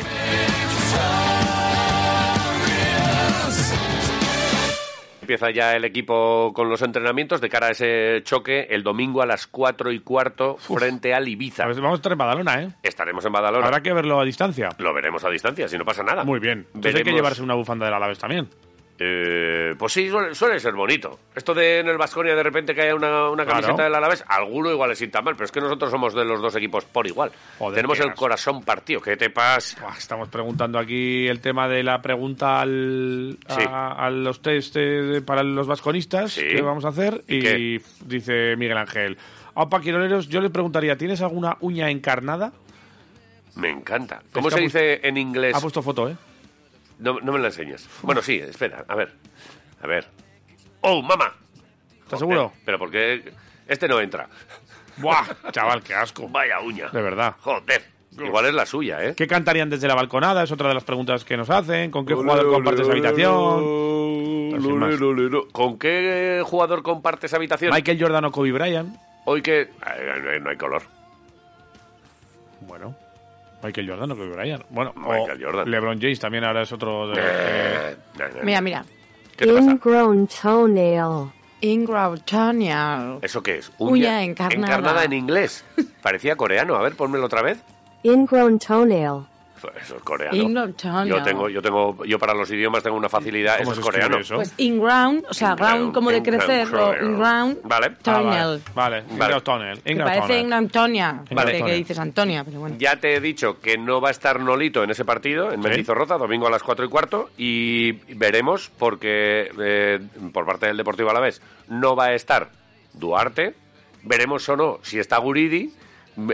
Speaker 2: Empieza ya el equipo con los entrenamientos de cara a ese choque el domingo a las 4 y cuarto frente al Ibiza.
Speaker 1: A ver, vamos a estar en Badalona, ¿eh?
Speaker 2: Estaremos en Badalona.
Speaker 1: Habrá que verlo a distancia.
Speaker 2: Lo veremos a distancia, si no pasa nada.
Speaker 1: Muy bien. Entonces hay que
Speaker 2: Veremos-
Speaker 1: llevarse una bufanda del Alavés también.
Speaker 2: Eh, pues sí, suele, suele ser bonito. Esto de en el Vasconia de repente que haya una, una
Speaker 1: Claro.
Speaker 2: camiseta del Alavés, alguno igual le sienta mal, pero es que nosotros somos de los dos equipos por igual.
Speaker 1: Joder,
Speaker 2: Tenemos
Speaker 1: qué
Speaker 2: el
Speaker 1: asco.
Speaker 2: corazón partido. ¿Qué te pasa?
Speaker 1: Buah, Estamos preguntando aquí el tema de la pregunta al,
Speaker 2: Sí.
Speaker 1: a, a los test eh, para los vasconistas
Speaker 2: Sí.
Speaker 1: que vamos a hacer.
Speaker 2: ¿Y
Speaker 1: Y,
Speaker 2: qué?
Speaker 1: dice Miguel Ángel. Opa, Quiroleros, yo le preguntaría, ¿tienes alguna uña encarnada?
Speaker 2: Me encanta. ¿Cómo
Speaker 1: que
Speaker 2: se
Speaker 1: ha
Speaker 2: dice en inglés?
Speaker 1: Ha puesto foto, ¿eh?
Speaker 2: No, no me la enseñes. Bueno, sí, espera, a ver. A ver. ¡Oh, mamá!
Speaker 1: ¿Estás
Speaker 2: Joder, [LAUGHS]
Speaker 1: seguro?
Speaker 2: Pero porque este no entra.
Speaker 1: Buah, chaval, qué asco.
Speaker 2: Vaya uña.
Speaker 1: De verdad.
Speaker 2: Joder. Igual es la suya, ¿eh?
Speaker 1: ¿Qué cantarían desde la balconada? Es otra de las preguntas que nos hacen. ¿Con qué jugador compartes habitación? Pero sin más.
Speaker 2: ¿Con qué jugador compartes habitación?
Speaker 1: Michael Jordan o Kobe Bryant.
Speaker 2: Hoy que... Ay, no hay- no hay color.
Speaker 1: Bueno, Michael Jordan o Kobe Bryant. Bueno,
Speaker 2: Michael
Speaker 1: o
Speaker 2: Jordan.
Speaker 1: LeBron James también ahora es otro de los que-
Speaker 2: Eh, no, no, no.
Speaker 3: Mira, mira.
Speaker 2: ¿Qué te pasa?
Speaker 6: Ingrown toenail.
Speaker 3: Ingrauchania.
Speaker 2: ¿Eso qué es?
Speaker 3: Uña encarnada.
Speaker 2: Encarnada en inglés. Parecía coreano. A ver, pónmelo otra vez.
Speaker 6: Ingrown toenail.
Speaker 2: Eso es coreano.
Speaker 3: Indochina.
Speaker 2: Yo tengo, yo tengo, yo para los idiomas tengo una facilidad.
Speaker 1: ¿Cómo
Speaker 2: Eso es
Speaker 1: se escribe
Speaker 2: coreano.
Speaker 1: eso?
Speaker 3: Pues inground, o sea,
Speaker 2: Inground,
Speaker 3: ground como de
Speaker 2: inground,
Speaker 3: crecer, o
Speaker 2: crowd.
Speaker 3: inground,
Speaker 2: Vale. Ah,
Speaker 1: Ah,
Speaker 3: tunnel.
Speaker 1: Vale, vale.
Speaker 2: Vale.
Speaker 1: Inground Tunnel.
Speaker 3: Que
Speaker 1: Inground
Speaker 3: parece
Speaker 1: Tunnel.
Speaker 3: una Antonia,
Speaker 1: Vale.
Speaker 3: que, que dices Antonia, pero bueno.
Speaker 2: Ya te he dicho que no va a estar Nolito en ese partido, en Mendizorroza, domingo a las 4 y cuarto, y veremos porque eh, por parte del Deportivo Alavés no va a estar Duarte, veremos o no si está Guridi.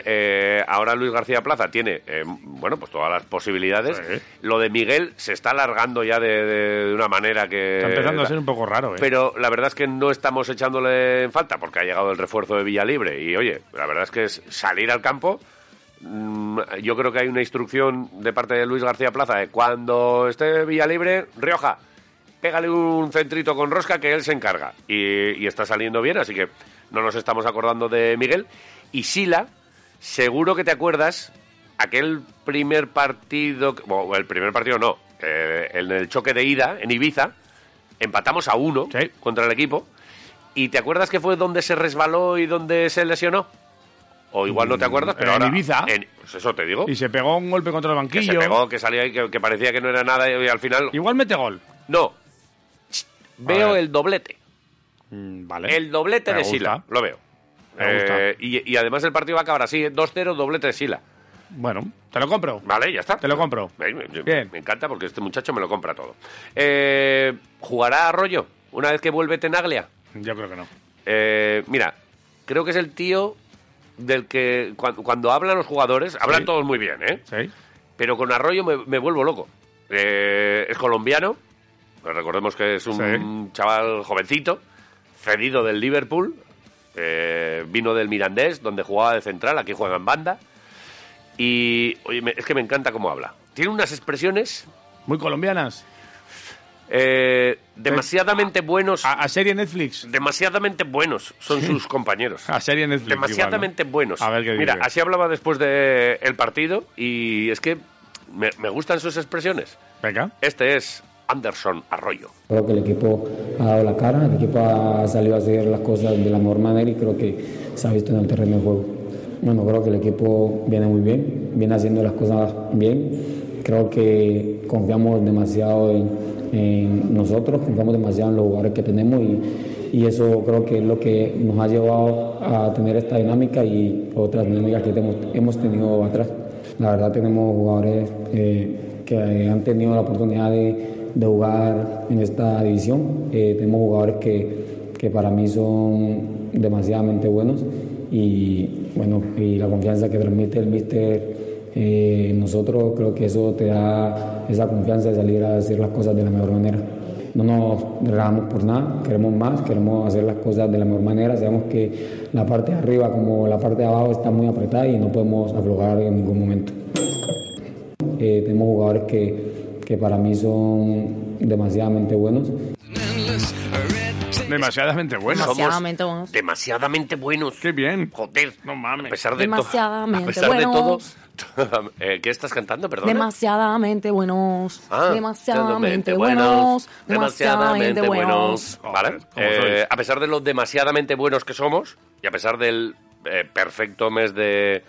Speaker 2: eh, ahora Luis García Plaza tiene, eh, bueno, pues todas las posibilidades.
Speaker 1: Sí.
Speaker 2: Lo de Miguel se está alargando ya de, de- de una manera que...
Speaker 1: Está empezando a ser un poco raro, ¿eh?
Speaker 2: Pero la verdad es que no estamos echándole en falta porque ha llegado el refuerzo de Villalibre. Y oye, la verdad es que es salir al campo. mm, Yo creo que hay una instrucción de parte de Luis García Plaza de cuando esté Villalibre, Rioja, pégale un centrito con rosca que él se encarga. Y, y está saliendo bien, así que no nos estamos acordando de Miguel. Y Sila, seguro que te acuerdas aquel primer partido, que- bueno, el primer partido no, eh, en el choque de ida en Ibiza, empatamos a uno
Speaker 1: Sí.
Speaker 2: contra el equipo. ¿Y te acuerdas que fue donde se resbaló y donde se lesionó? O igual no te acuerdas, pero
Speaker 1: en
Speaker 2: ahora.
Speaker 1: Ibiza.
Speaker 2: en- pues eso te digo.
Speaker 1: Y se pegó un golpe contra el
Speaker 2: que
Speaker 1: banquillo.
Speaker 2: se pegó, que salía y que, que parecía que no era nada y al final.
Speaker 1: Igual mete gol.
Speaker 2: No. Veo
Speaker 1: ver.
Speaker 2: el doblete.
Speaker 1: Mm, Vale.
Speaker 2: El doblete
Speaker 1: Me
Speaker 2: de
Speaker 1: gusta.
Speaker 2: Sila. Lo veo.
Speaker 1: Me gusta.
Speaker 2: Eh, y, y además el partido va a acabar así: ¿eh? 2-0, doblete de Sila.
Speaker 1: Bueno, te lo compro.
Speaker 2: Vale, ya está.
Speaker 1: Te lo compro.
Speaker 2: Eh, me- me-
Speaker 1: Bien.
Speaker 2: Me encanta porque este muchacho me lo compra todo. Eh, ¿Jugará Arroyo una vez que vuelve Tenaglia?
Speaker 1: Yo creo que no.
Speaker 2: Eh, mira, creo que es el tío del que cuan- cuando, hablan los jugadores, hablan
Speaker 1: Sí.
Speaker 2: todos muy bien, ¿eh?
Speaker 1: ¿Sí?
Speaker 2: Pero con Arroyo me, me vuelvo loco. Eh, es colombiano, pues recordemos que es un chaval jovencito, cedido del Liverpool, eh, vino del Mirandés, donde jugaba de central, aquí juega en banda. Y oye, me- es que me encanta cómo habla. Tiene unas expresiones
Speaker 1: Muy colombianas.
Speaker 2: eh, demasiadamente buenos.
Speaker 1: A, a serie Netflix.
Speaker 2: Demasiadamente buenos son sus compañeros.
Speaker 1: A serie Netflix. igual, ¿no?
Speaker 2: demasiadamente buenos.
Speaker 1: A ver qué
Speaker 2: Mira,
Speaker 1: dice.
Speaker 2: así hablaba después del el partido y es que me, me gustan sus expresiones.
Speaker 1: Venga.
Speaker 2: Este es Anderson Arroyo.
Speaker 8: Creo que el equipo ha dado la cara, el equipo ha salido a hacer las cosas de la mejor manera y creo que se ha visto en el terreno de juego. Bueno, creo que el equipo viene muy bien, viene haciendo las cosas bien. Creo que confiamos demasiado en, en nosotros, confiamos demasiado en los jugadores que tenemos y, y eso creo que es lo que nos ha llevado a tener esta dinámica y otras dinámicas que hemos, hemos tenido atrás. La verdad tenemos jugadores eh, que han tenido la oportunidad de de jugar en esta división. Eh, tenemos jugadores que, que para mí son demasiadamente buenos y bueno, y la confianza que transmite el míster eh, en nosotros creo que eso te da esa confianza de salir a hacer las cosas de la mejor manera. no nos relajamos por nada, queremos más, queremos hacer las cosas de la mejor manera, sabemos que la parte de arriba como la parte de abajo está muy apretada y no podemos aflojar en ningún momento. Eh, tenemos jugadores que, que para mí son demasiadamente buenos.
Speaker 1: Demasiadamente bueno.
Speaker 3: Demasiadamente buenos.
Speaker 2: Demasiadamente buenos.
Speaker 1: Qué bien.
Speaker 2: Joder.
Speaker 1: No mames.
Speaker 2: A pesar de todo.
Speaker 3: Demasiadamente
Speaker 2: A pesar de
Speaker 3: buenos.
Speaker 2: todo. [LAUGHS] Eh, ¿Qué estás cantando, perdón?
Speaker 3: Demasiadamente buenos.
Speaker 2: Ah,
Speaker 3: demasiadamente buenos. Demasiadamente buenos.
Speaker 2: Vale.
Speaker 1: ¿Cómo
Speaker 2: Eh,
Speaker 1: sois?
Speaker 2: a pesar de los demasiadamente buenos que somos y a pesar del eh, perfecto mes de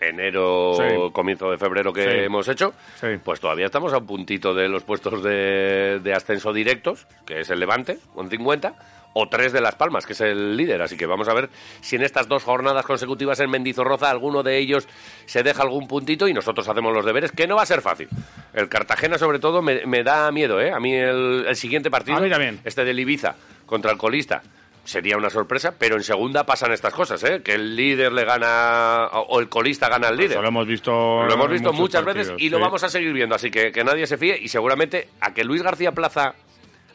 Speaker 2: enero,
Speaker 1: Sí.
Speaker 2: comienzo de febrero que
Speaker 1: Sí.
Speaker 2: hemos hecho,
Speaker 1: Sí.
Speaker 2: pues todavía estamos a un puntito de los puestos de, de ascenso directos, que es el Levante, con 50, o tres de Las Palmas, que es el líder. Así que vamos a ver si en estas dos jornadas consecutivas en Mendizorroza alguno de ellos se deja algún puntito y nosotros hacemos los deberes, que no va a ser fácil. El Cartagena, sobre todo, me, me da miedo, ¿eh? A mí el, el siguiente partido,
Speaker 1: A mí también.
Speaker 2: este del Ibiza contra el colista. Sería una sorpresa, pero en segunda pasan estas cosas, ¿eh? Que el líder le gana o o el colista gana al líder.
Speaker 1: Eso lo hemos visto.
Speaker 2: Lo hemos visto
Speaker 1: en muchos
Speaker 2: muchas
Speaker 1: partidos,
Speaker 2: veces y lo
Speaker 1: sí.
Speaker 2: vamos a seguir viendo, así que que nadie se fíe y seguramente a que Luis García Plaza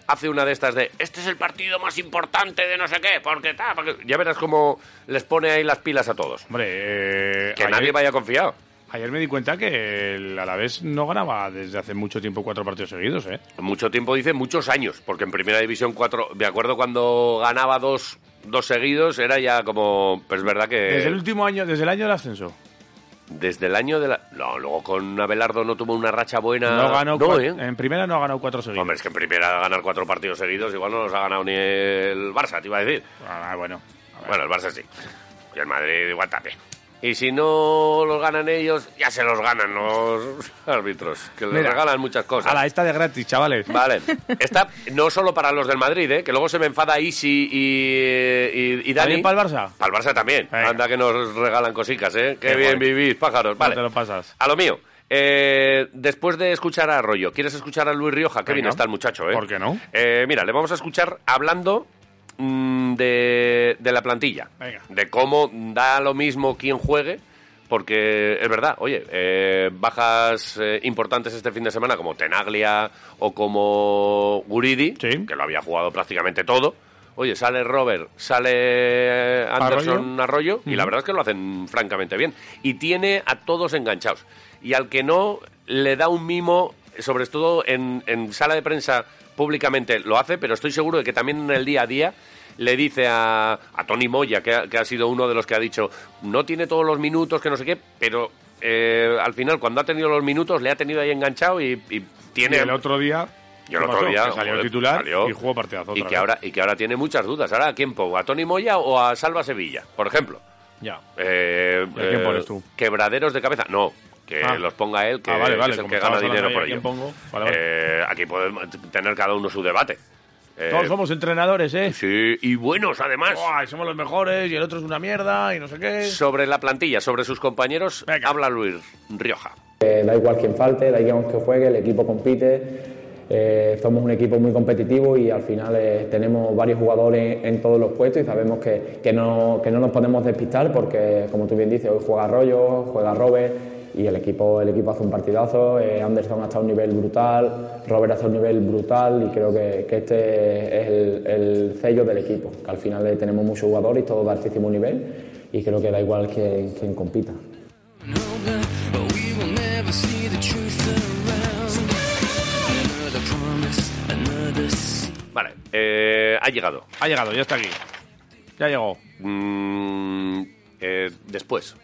Speaker 2: hace una de estas de este es el partido más importante de no sé qué, porque tal, porque-". ya verás cómo les pone ahí las pilas a todos.
Speaker 1: Hombre, eh,
Speaker 2: Que
Speaker 1: ayer-
Speaker 2: nadie vaya confiado.
Speaker 1: Ayer me di cuenta que el Alavés no ganaba desde hace mucho tiempo cuatro partidos seguidos, ¿eh?
Speaker 2: Mucho tiempo dice muchos años, porque en primera división cuatro, me acuerdo cuando ganaba dos, dos seguidos, era ya como, pues es verdad que
Speaker 1: Desde el último año, desde el año del ascenso.
Speaker 2: desde el año de la... No, luego con Abelardo no tuvo una racha buena.
Speaker 1: No ganó cua-
Speaker 2: ¿eh?
Speaker 1: En primera no ha ganado cuatro seguidos.
Speaker 2: Hombre, es que en primera ganar cuatro partidos seguidos igual no los ha ganado ni el Barça, te iba a decir.
Speaker 1: Ah, bueno. A ver.
Speaker 2: Bueno, el Barça sí. Y el Madrid igual también. Y si no los ganan ellos, ya se los ganan los [LAUGHS] árbitros, que les
Speaker 1: Mira,
Speaker 2: regalan muchas cosas.
Speaker 1: Ala, eh. esta de gratis, chavales. [LAUGHS]
Speaker 2: Vale, esta no solo para los del Madrid, ¿eh? que luego se me enfada Isi y, y, y Dani.
Speaker 1: ¿También para el Barça?
Speaker 2: Para el Barça también.
Speaker 1: Venga.
Speaker 2: Anda que nos regalan cosicas, ¿eh? Qué,
Speaker 1: Qué
Speaker 2: bien
Speaker 1: guay.
Speaker 2: vivís, pájaros. Vale.
Speaker 1: te lo pasas.
Speaker 2: A lo mío. Eh, después de escuchar a Arroyo, ¿quieres escuchar a Luis Rioja? Qué
Speaker 1: Venga.
Speaker 2: bien está el muchacho, ¿eh?
Speaker 1: ¿Por qué no?
Speaker 2: Eh, mira, le vamos a escuchar hablando mm, de, de la plantilla.
Speaker 1: Venga.
Speaker 2: De cómo da lo mismo quien juegue. Porque es verdad, oye, eh, bajas eh, importantes este fin de semana como Tenaglia o como Guridi,
Speaker 1: Sí.
Speaker 2: que lo había jugado prácticamente todo. Oye, sale Robert, sale Anderson Arroyo, y la verdad es que lo hacen francamente bien. Y tiene a todos enganchados. Y al que no, le da un mimo, sobre todo en, en sala de prensa públicamente lo hace, pero estoy seguro de que también en el día a día le dice a, a Tony Moya, que ha, que ha sido uno de los que ha dicho, no tiene todos los minutos, que no sé qué, pero eh, al final cuando ha tenido los minutos le ha tenido ahí enganchado y, y tiene...
Speaker 1: Y el otro día.
Speaker 2: Yo el
Speaker 1: ¿qué
Speaker 2: otro
Speaker 1: pasó?
Speaker 2: día
Speaker 1: Que salió
Speaker 2: joder,
Speaker 1: titular
Speaker 2: salió.
Speaker 1: y jugó partidazo.
Speaker 2: y
Speaker 1: otra
Speaker 2: que
Speaker 1: vez.
Speaker 2: ahora y que ahora tiene muchas dudas. Ahora a quién pongo, a Tony Moya o a Salva Sevilla, por ejemplo.
Speaker 1: Ya.
Speaker 2: Eh,
Speaker 1: ¿Y a quién pones tú?
Speaker 2: Quebraderos de cabeza, no. Que
Speaker 1: Ah.
Speaker 2: los ponga él, que
Speaker 1: Ah, vale, vale,
Speaker 2: es el
Speaker 1: como
Speaker 2: que gana
Speaker 1: estabas
Speaker 2: dinero
Speaker 1: hablando
Speaker 2: por
Speaker 1: ahí, ¿a quién
Speaker 2: ello.
Speaker 1: pongo? Vale,
Speaker 2: Eh, aquí podemos t- tener cada uno su debate. Eh,
Speaker 1: Todos somos entrenadores, ¿eh?
Speaker 2: Sí, y buenos además.
Speaker 1: Buah, y somos los mejores y el otro es una mierda y no sé qué.
Speaker 2: Sobre la plantilla, sobre sus compañeros,
Speaker 1: Venga.
Speaker 2: habla Luis Rioja.
Speaker 8: Eh, da igual quien falte, da igual quien juegue, el equipo compite. eh, somos un equipo muy competitivo y al final eh, tenemos varios jugadores en todos los puestos y sabemos que, que no, que no nos podemos despistar porque, como tú bien dices, hoy juega Arroyo, juega Robert y el equipo, el equipo hace un partidazo. eh, Anderson ha estado a un nivel brutal, Robert ha estado a un nivel brutal y creo que, que este es el, el sello del equipo. Que al final eh, tenemos muchos jugadores y todos de altísimo nivel y creo que da igual quien, quien compita.
Speaker 2: Vale, eh, ha llegado.
Speaker 1: Ha llegado, ya está aquí. Ya llegó.
Speaker 2: Mm, eh, después.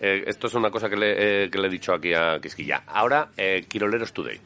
Speaker 2: Eh, esto es una cosa que le, eh, que le he dicho aquí a Quisquilla. Ahora, eh, Quiroleros Today.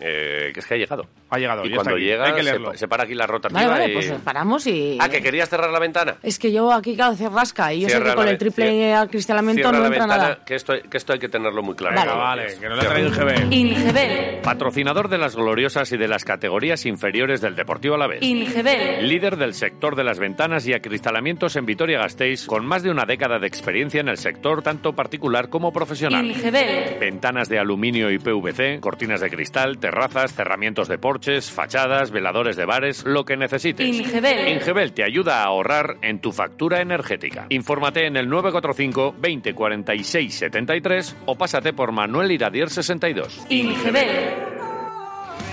Speaker 2: Eh, que es que ha llegado.
Speaker 1: Ha llegado,
Speaker 2: Y
Speaker 1: ya
Speaker 2: cuando
Speaker 1: está aquí.
Speaker 2: llega,
Speaker 1: Hay que
Speaker 2: se
Speaker 1: leerlo.
Speaker 2: pa- Se, para aquí la rotativa.
Speaker 3: Vale, vale,
Speaker 2: y-
Speaker 3: pues paramos y.
Speaker 2: Ah, que querías cerrar la ventana.
Speaker 3: Es que yo aquí, claro, hacer rasca y yo
Speaker 2: Cierra
Speaker 3: sé que con
Speaker 2: la
Speaker 3: el
Speaker 2: ve-
Speaker 3: triple
Speaker 2: cier-
Speaker 3: al cristialamento
Speaker 2: cierra
Speaker 3: no
Speaker 2: la
Speaker 3: entra
Speaker 2: ventana,
Speaker 3: nada.
Speaker 2: Que esto, que esto hay que tenerlo muy claro.
Speaker 1: Venga,
Speaker 3: Vale.
Speaker 2: Pues,
Speaker 1: vale, que no le ha traído el GB.
Speaker 9: Ingebel,
Speaker 2: Patrocinador de las gloriosas y de las categorías inferiores del Deportivo Alavés.
Speaker 9: Ingebel,
Speaker 2: Líder del sector de las ventanas y acristalamientos en Vitoria-Gasteiz, con más de una década de experiencia en el sector tanto particular como profesional.
Speaker 9: Ingebel,
Speaker 2: Ventanas de aluminio y PVC, cortinas de cristal, terrazas, cerramientos de porches, fachadas, veladores de bares, lo que necesites.
Speaker 9: Ingebel.
Speaker 2: Ingebel te ayuda a ahorrar en tu factura energética. Infórmate en el 945 20 46 73 o pásate por Manuel Iradier 62.
Speaker 9: Ingebel.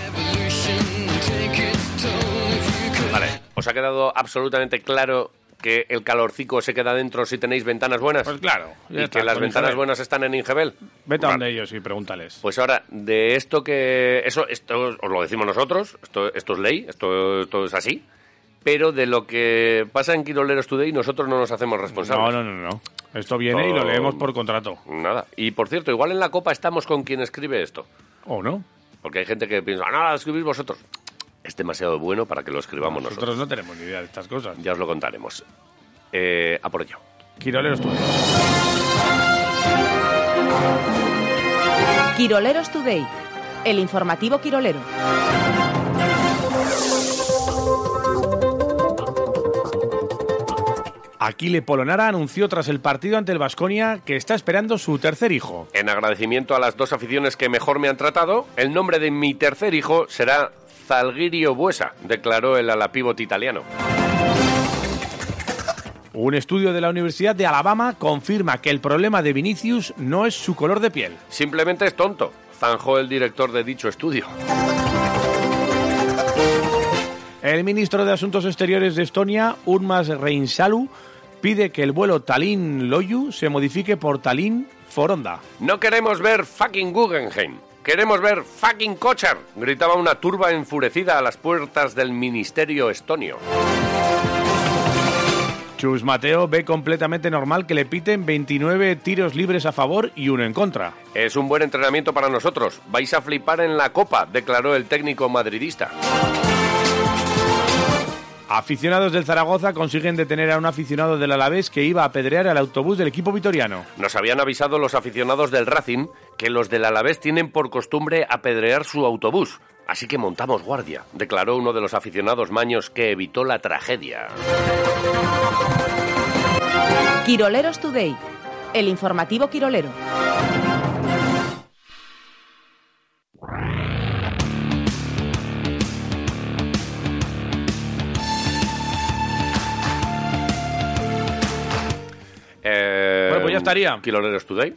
Speaker 10: Revolution.
Speaker 2: Vale, ¿os ha quedado absolutamente claro que el calorcico se queda dentro si tenéis ventanas buenas?
Speaker 1: Pues claro, ya
Speaker 2: Y
Speaker 1: está,
Speaker 2: que las
Speaker 1: con
Speaker 2: ventanas
Speaker 1: Ingebel.
Speaker 2: buenas están en Ingebel.
Speaker 1: Vete a
Speaker 2: Vale.
Speaker 1: donde ellos y pregúntales.
Speaker 2: Pues ahora, de esto que. Eso, esto os lo decimos nosotros, esto, esto es ley, esto, esto es así. Pero de lo que pasa en Quiroleros Today, nosotros no nos hacemos responsables.
Speaker 1: No, no, no, no. Esto viene y lo
Speaker 2: Todo-
Speaker 1: leemos por contrato.
Speaker 2: Nada. Y por cierto, igual en la copa estamos con quien escribe esto.
Speaker 1: ¿O no?
Speaker 2: Porque hay gente que piensa, "Ah, no, lo escribís vosotros. Es demasiado bueno para que lo escribamos nosotros.
Speaker 1: Nosotros no tenemos ni idea de estas cosas.
Speaker 2: Ya os lo contaremos. Eh, a por ello.
Speaker 1: Quiroleros tú.
Speaker 3: Quiroleros Today, el informativo Quirolero.
Speaker 1: Aquile Polonara anunció tras el partido ante el Vasconia que está esperando su tercer hijo.
Speaker 2: En agradecimiento a las dos aficiones que mejor me han tratado, el nombre de mi tercer hijo será Zalgirio Buesa, declaró el alapívot italiano.
Speaker 1: Un estudio de la Universidad de Alabama confirma que el problema de Vinicius no es su color de piel.
Speaker 2: Simplemente es tonto, zanjó el director de dicho estudio.
Speaker 1: El ministro de Asuntos Exteriores de Estonia, Urmas Reinsalu, pide que el vuelo Tallinn-Loyu se modifique por Tallinn-Foronda.
Speaker 2: No queremos ver fucking Guggenheim. Queremos ver fucking Kochar, gritaba una turba enfurecida a las puertas del ministerio estonio.
Speaker 1: Chus Mateo ve completamente normal que le piten 29 tiros libres a favor y uno en contra.
Speaker 2: Es un buen entrenamiento para nosotros. Vais a flipar en la copa, declaró el técnico madridista.
Speaker 1: Aficionados del Zaragoza consiguen detener a un aficionado del Alavés que iba a apedrear al autobús del equipo vitoriano.
Speaker 2: Nos habían avisado los aficionados del Racing que los del Alavés tienen por costumbre apedrear su autobús. Así que montamos guardia, declaró uno de los aficionados maños que evitó la tragedia.
Speaker 3: Quiroleros Today, el informativo Quirolero.
Speaker 2: Eh,
Speaker 1: Bueno, pues ya estaría.
Speaker 2: Quiloleros Today.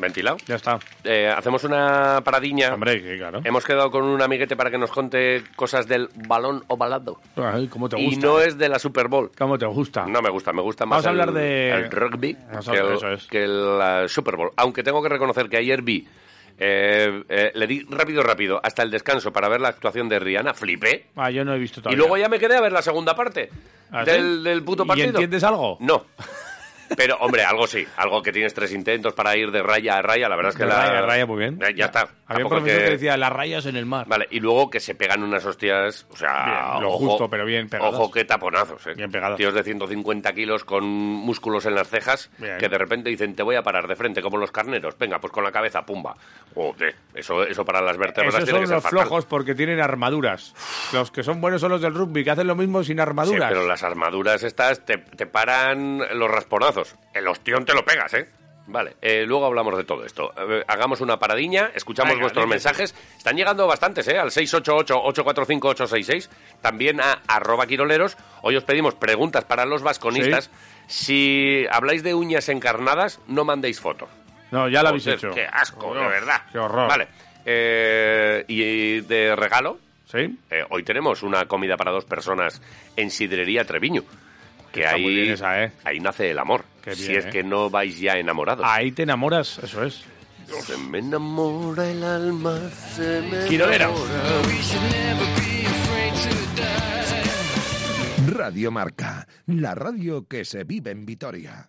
Speaker 2: Ventilado.
Speaker 1: Ya está.
Speaker 2: Eh, hacemos una paradiña.
Speaker 1: Hombre, que claro.
Speaker 2: Hemos quedado con un amiguete para que nos conte cosas del balón ovalado.
Speaker 1: Pues, Ay, ¿Cómo te
Speaker 2: Y
Speaker 1: gusta?
Speaker 2: no es de la Super Bowl.
Speaker 1: ¿Cómo te gusta?
Speaker 2: No me gusta, me gusta más
Speaker 1: Vamos a hablar
Speaker 2: el,
Speaker 1: de-
Speaker 2: el rugby
Speaker 1: Vamos a-
Speaker 2: que, el,
Speaker 1: eso es.
Speaker 2: que el, eh, Super Bowl. Aunque tengo que reconocer que ayer vi, eh, eh, le di rápido, rápido, hasta el descanso para ver la actuación de Rihanna, flipé.
Speaker 1: Ah, yo no he visto
Speaker 2: Y
Speaker 1: todavía.
Speaker 2: luego ya me quedé a ver la segunda parte
Speaker 1: ¿Ah,
Speaker 2: del,
Speaker 1: sí?
Speaker 2: del puto
Speaker 1: ¿Y
Speaker 2: partido.
Speaker 1: entiendes algo?
Speaker 2: No. Pero, hombre, algo sí. Algo que tienes tres intentos para ir de raya a raya. La verdad es que
Speaker 1: De
Speaker 2: la...
Speaker 1: raya, raya, muy bien.
Speaker 2: Eh, Ya está.
Speaker 1: Había un
Speaker 2: Tampoco es
Speaker 1: profesor que...
Speaker 2: que-
Speaker 1: decía las rayas en el mar.
Speaker 2: Vale, y luego que se pegan unas hostias, o sea,
Speaker 1: Bien, lo
Speaker 2: ojo,
Speaker 1: justo, pero bien pegadas.
Speaker 2: Ojo que taponazos, eh.
Speaker 1: Bien pegadas.
Speaker 2: Tíos de 150 kilos con músculos en las cejas
Speaker 1: Bien.
Speaker 2: que de repente dicen, te voy a parar de frente, como los carneros. Venga, pues con la cabeza, pumba. Joder, eso, eso para las vértebras
Speaker 1: Esos
Speaker 2: tiene que
Speaker 1: son
Speaker 2: ser
Speaker 1: los
Speaker 2: fatal.
Speaker 1: flojos porque tienen armaduras. Los que son buenos son los del rugby, que hacen lo mismo sin
Speaker 2: Sí,
Speaker 1: armaduras.
Speaker 2: pero las armaduras estas te, te paran los rasponazos. El ostión te lo pegas, ¿eh? Vale, eh, luego hablamos de todo esto. A ver, Hagamos una paradiña, escuchamos
Speaker 1: Venga,
Speaker 2: vuestros
Speaker 1: dime.
Speaker 2: mensajes. Están llegando bastantes, ¿eh? Al 688-845-866. También a arroba quiroleros. Hoy os pedimos preguntas para los vasconistas. Si habláis de uñas encarnadas, no mandéis foto.
Speaker 1: No, ya lo habéis
Speaker 2: Joder,
Speaker 1: hecho.
Speaker 2: Qué asco, de
Speaker 1: Uf,
Speaker 2: verdad.
Speaker 1: Qué horror.
Speaker 2: Vale. Eh, y de regalo,
Speaker 1: ¿Sí?
Speaker 2: eh, hoy tenemos una comida para dos personas en Sidrería Treviño. Que
Speaker 1: Está
Speaker 2: ahí,
Speaker 1: muy bien esa, ¿eh?
Speaker 2: ahí nace el amor.
Speaker 1: Qué
Speaker 2: si
Speaker 1: bien,
Speaker 2: es
Speaker 1: ¿eh? Ah.
Speaker 2: que no vais ya enamorados.
Speaker 1: Ahí te enamoras, eso es.
Speaker 2: Se me enamora el alma, se me
Speaker 1: Quirolero.
Speaker 2: enamora.
Speaker 9: Radio Marca, la radio que se vive en Vitoria.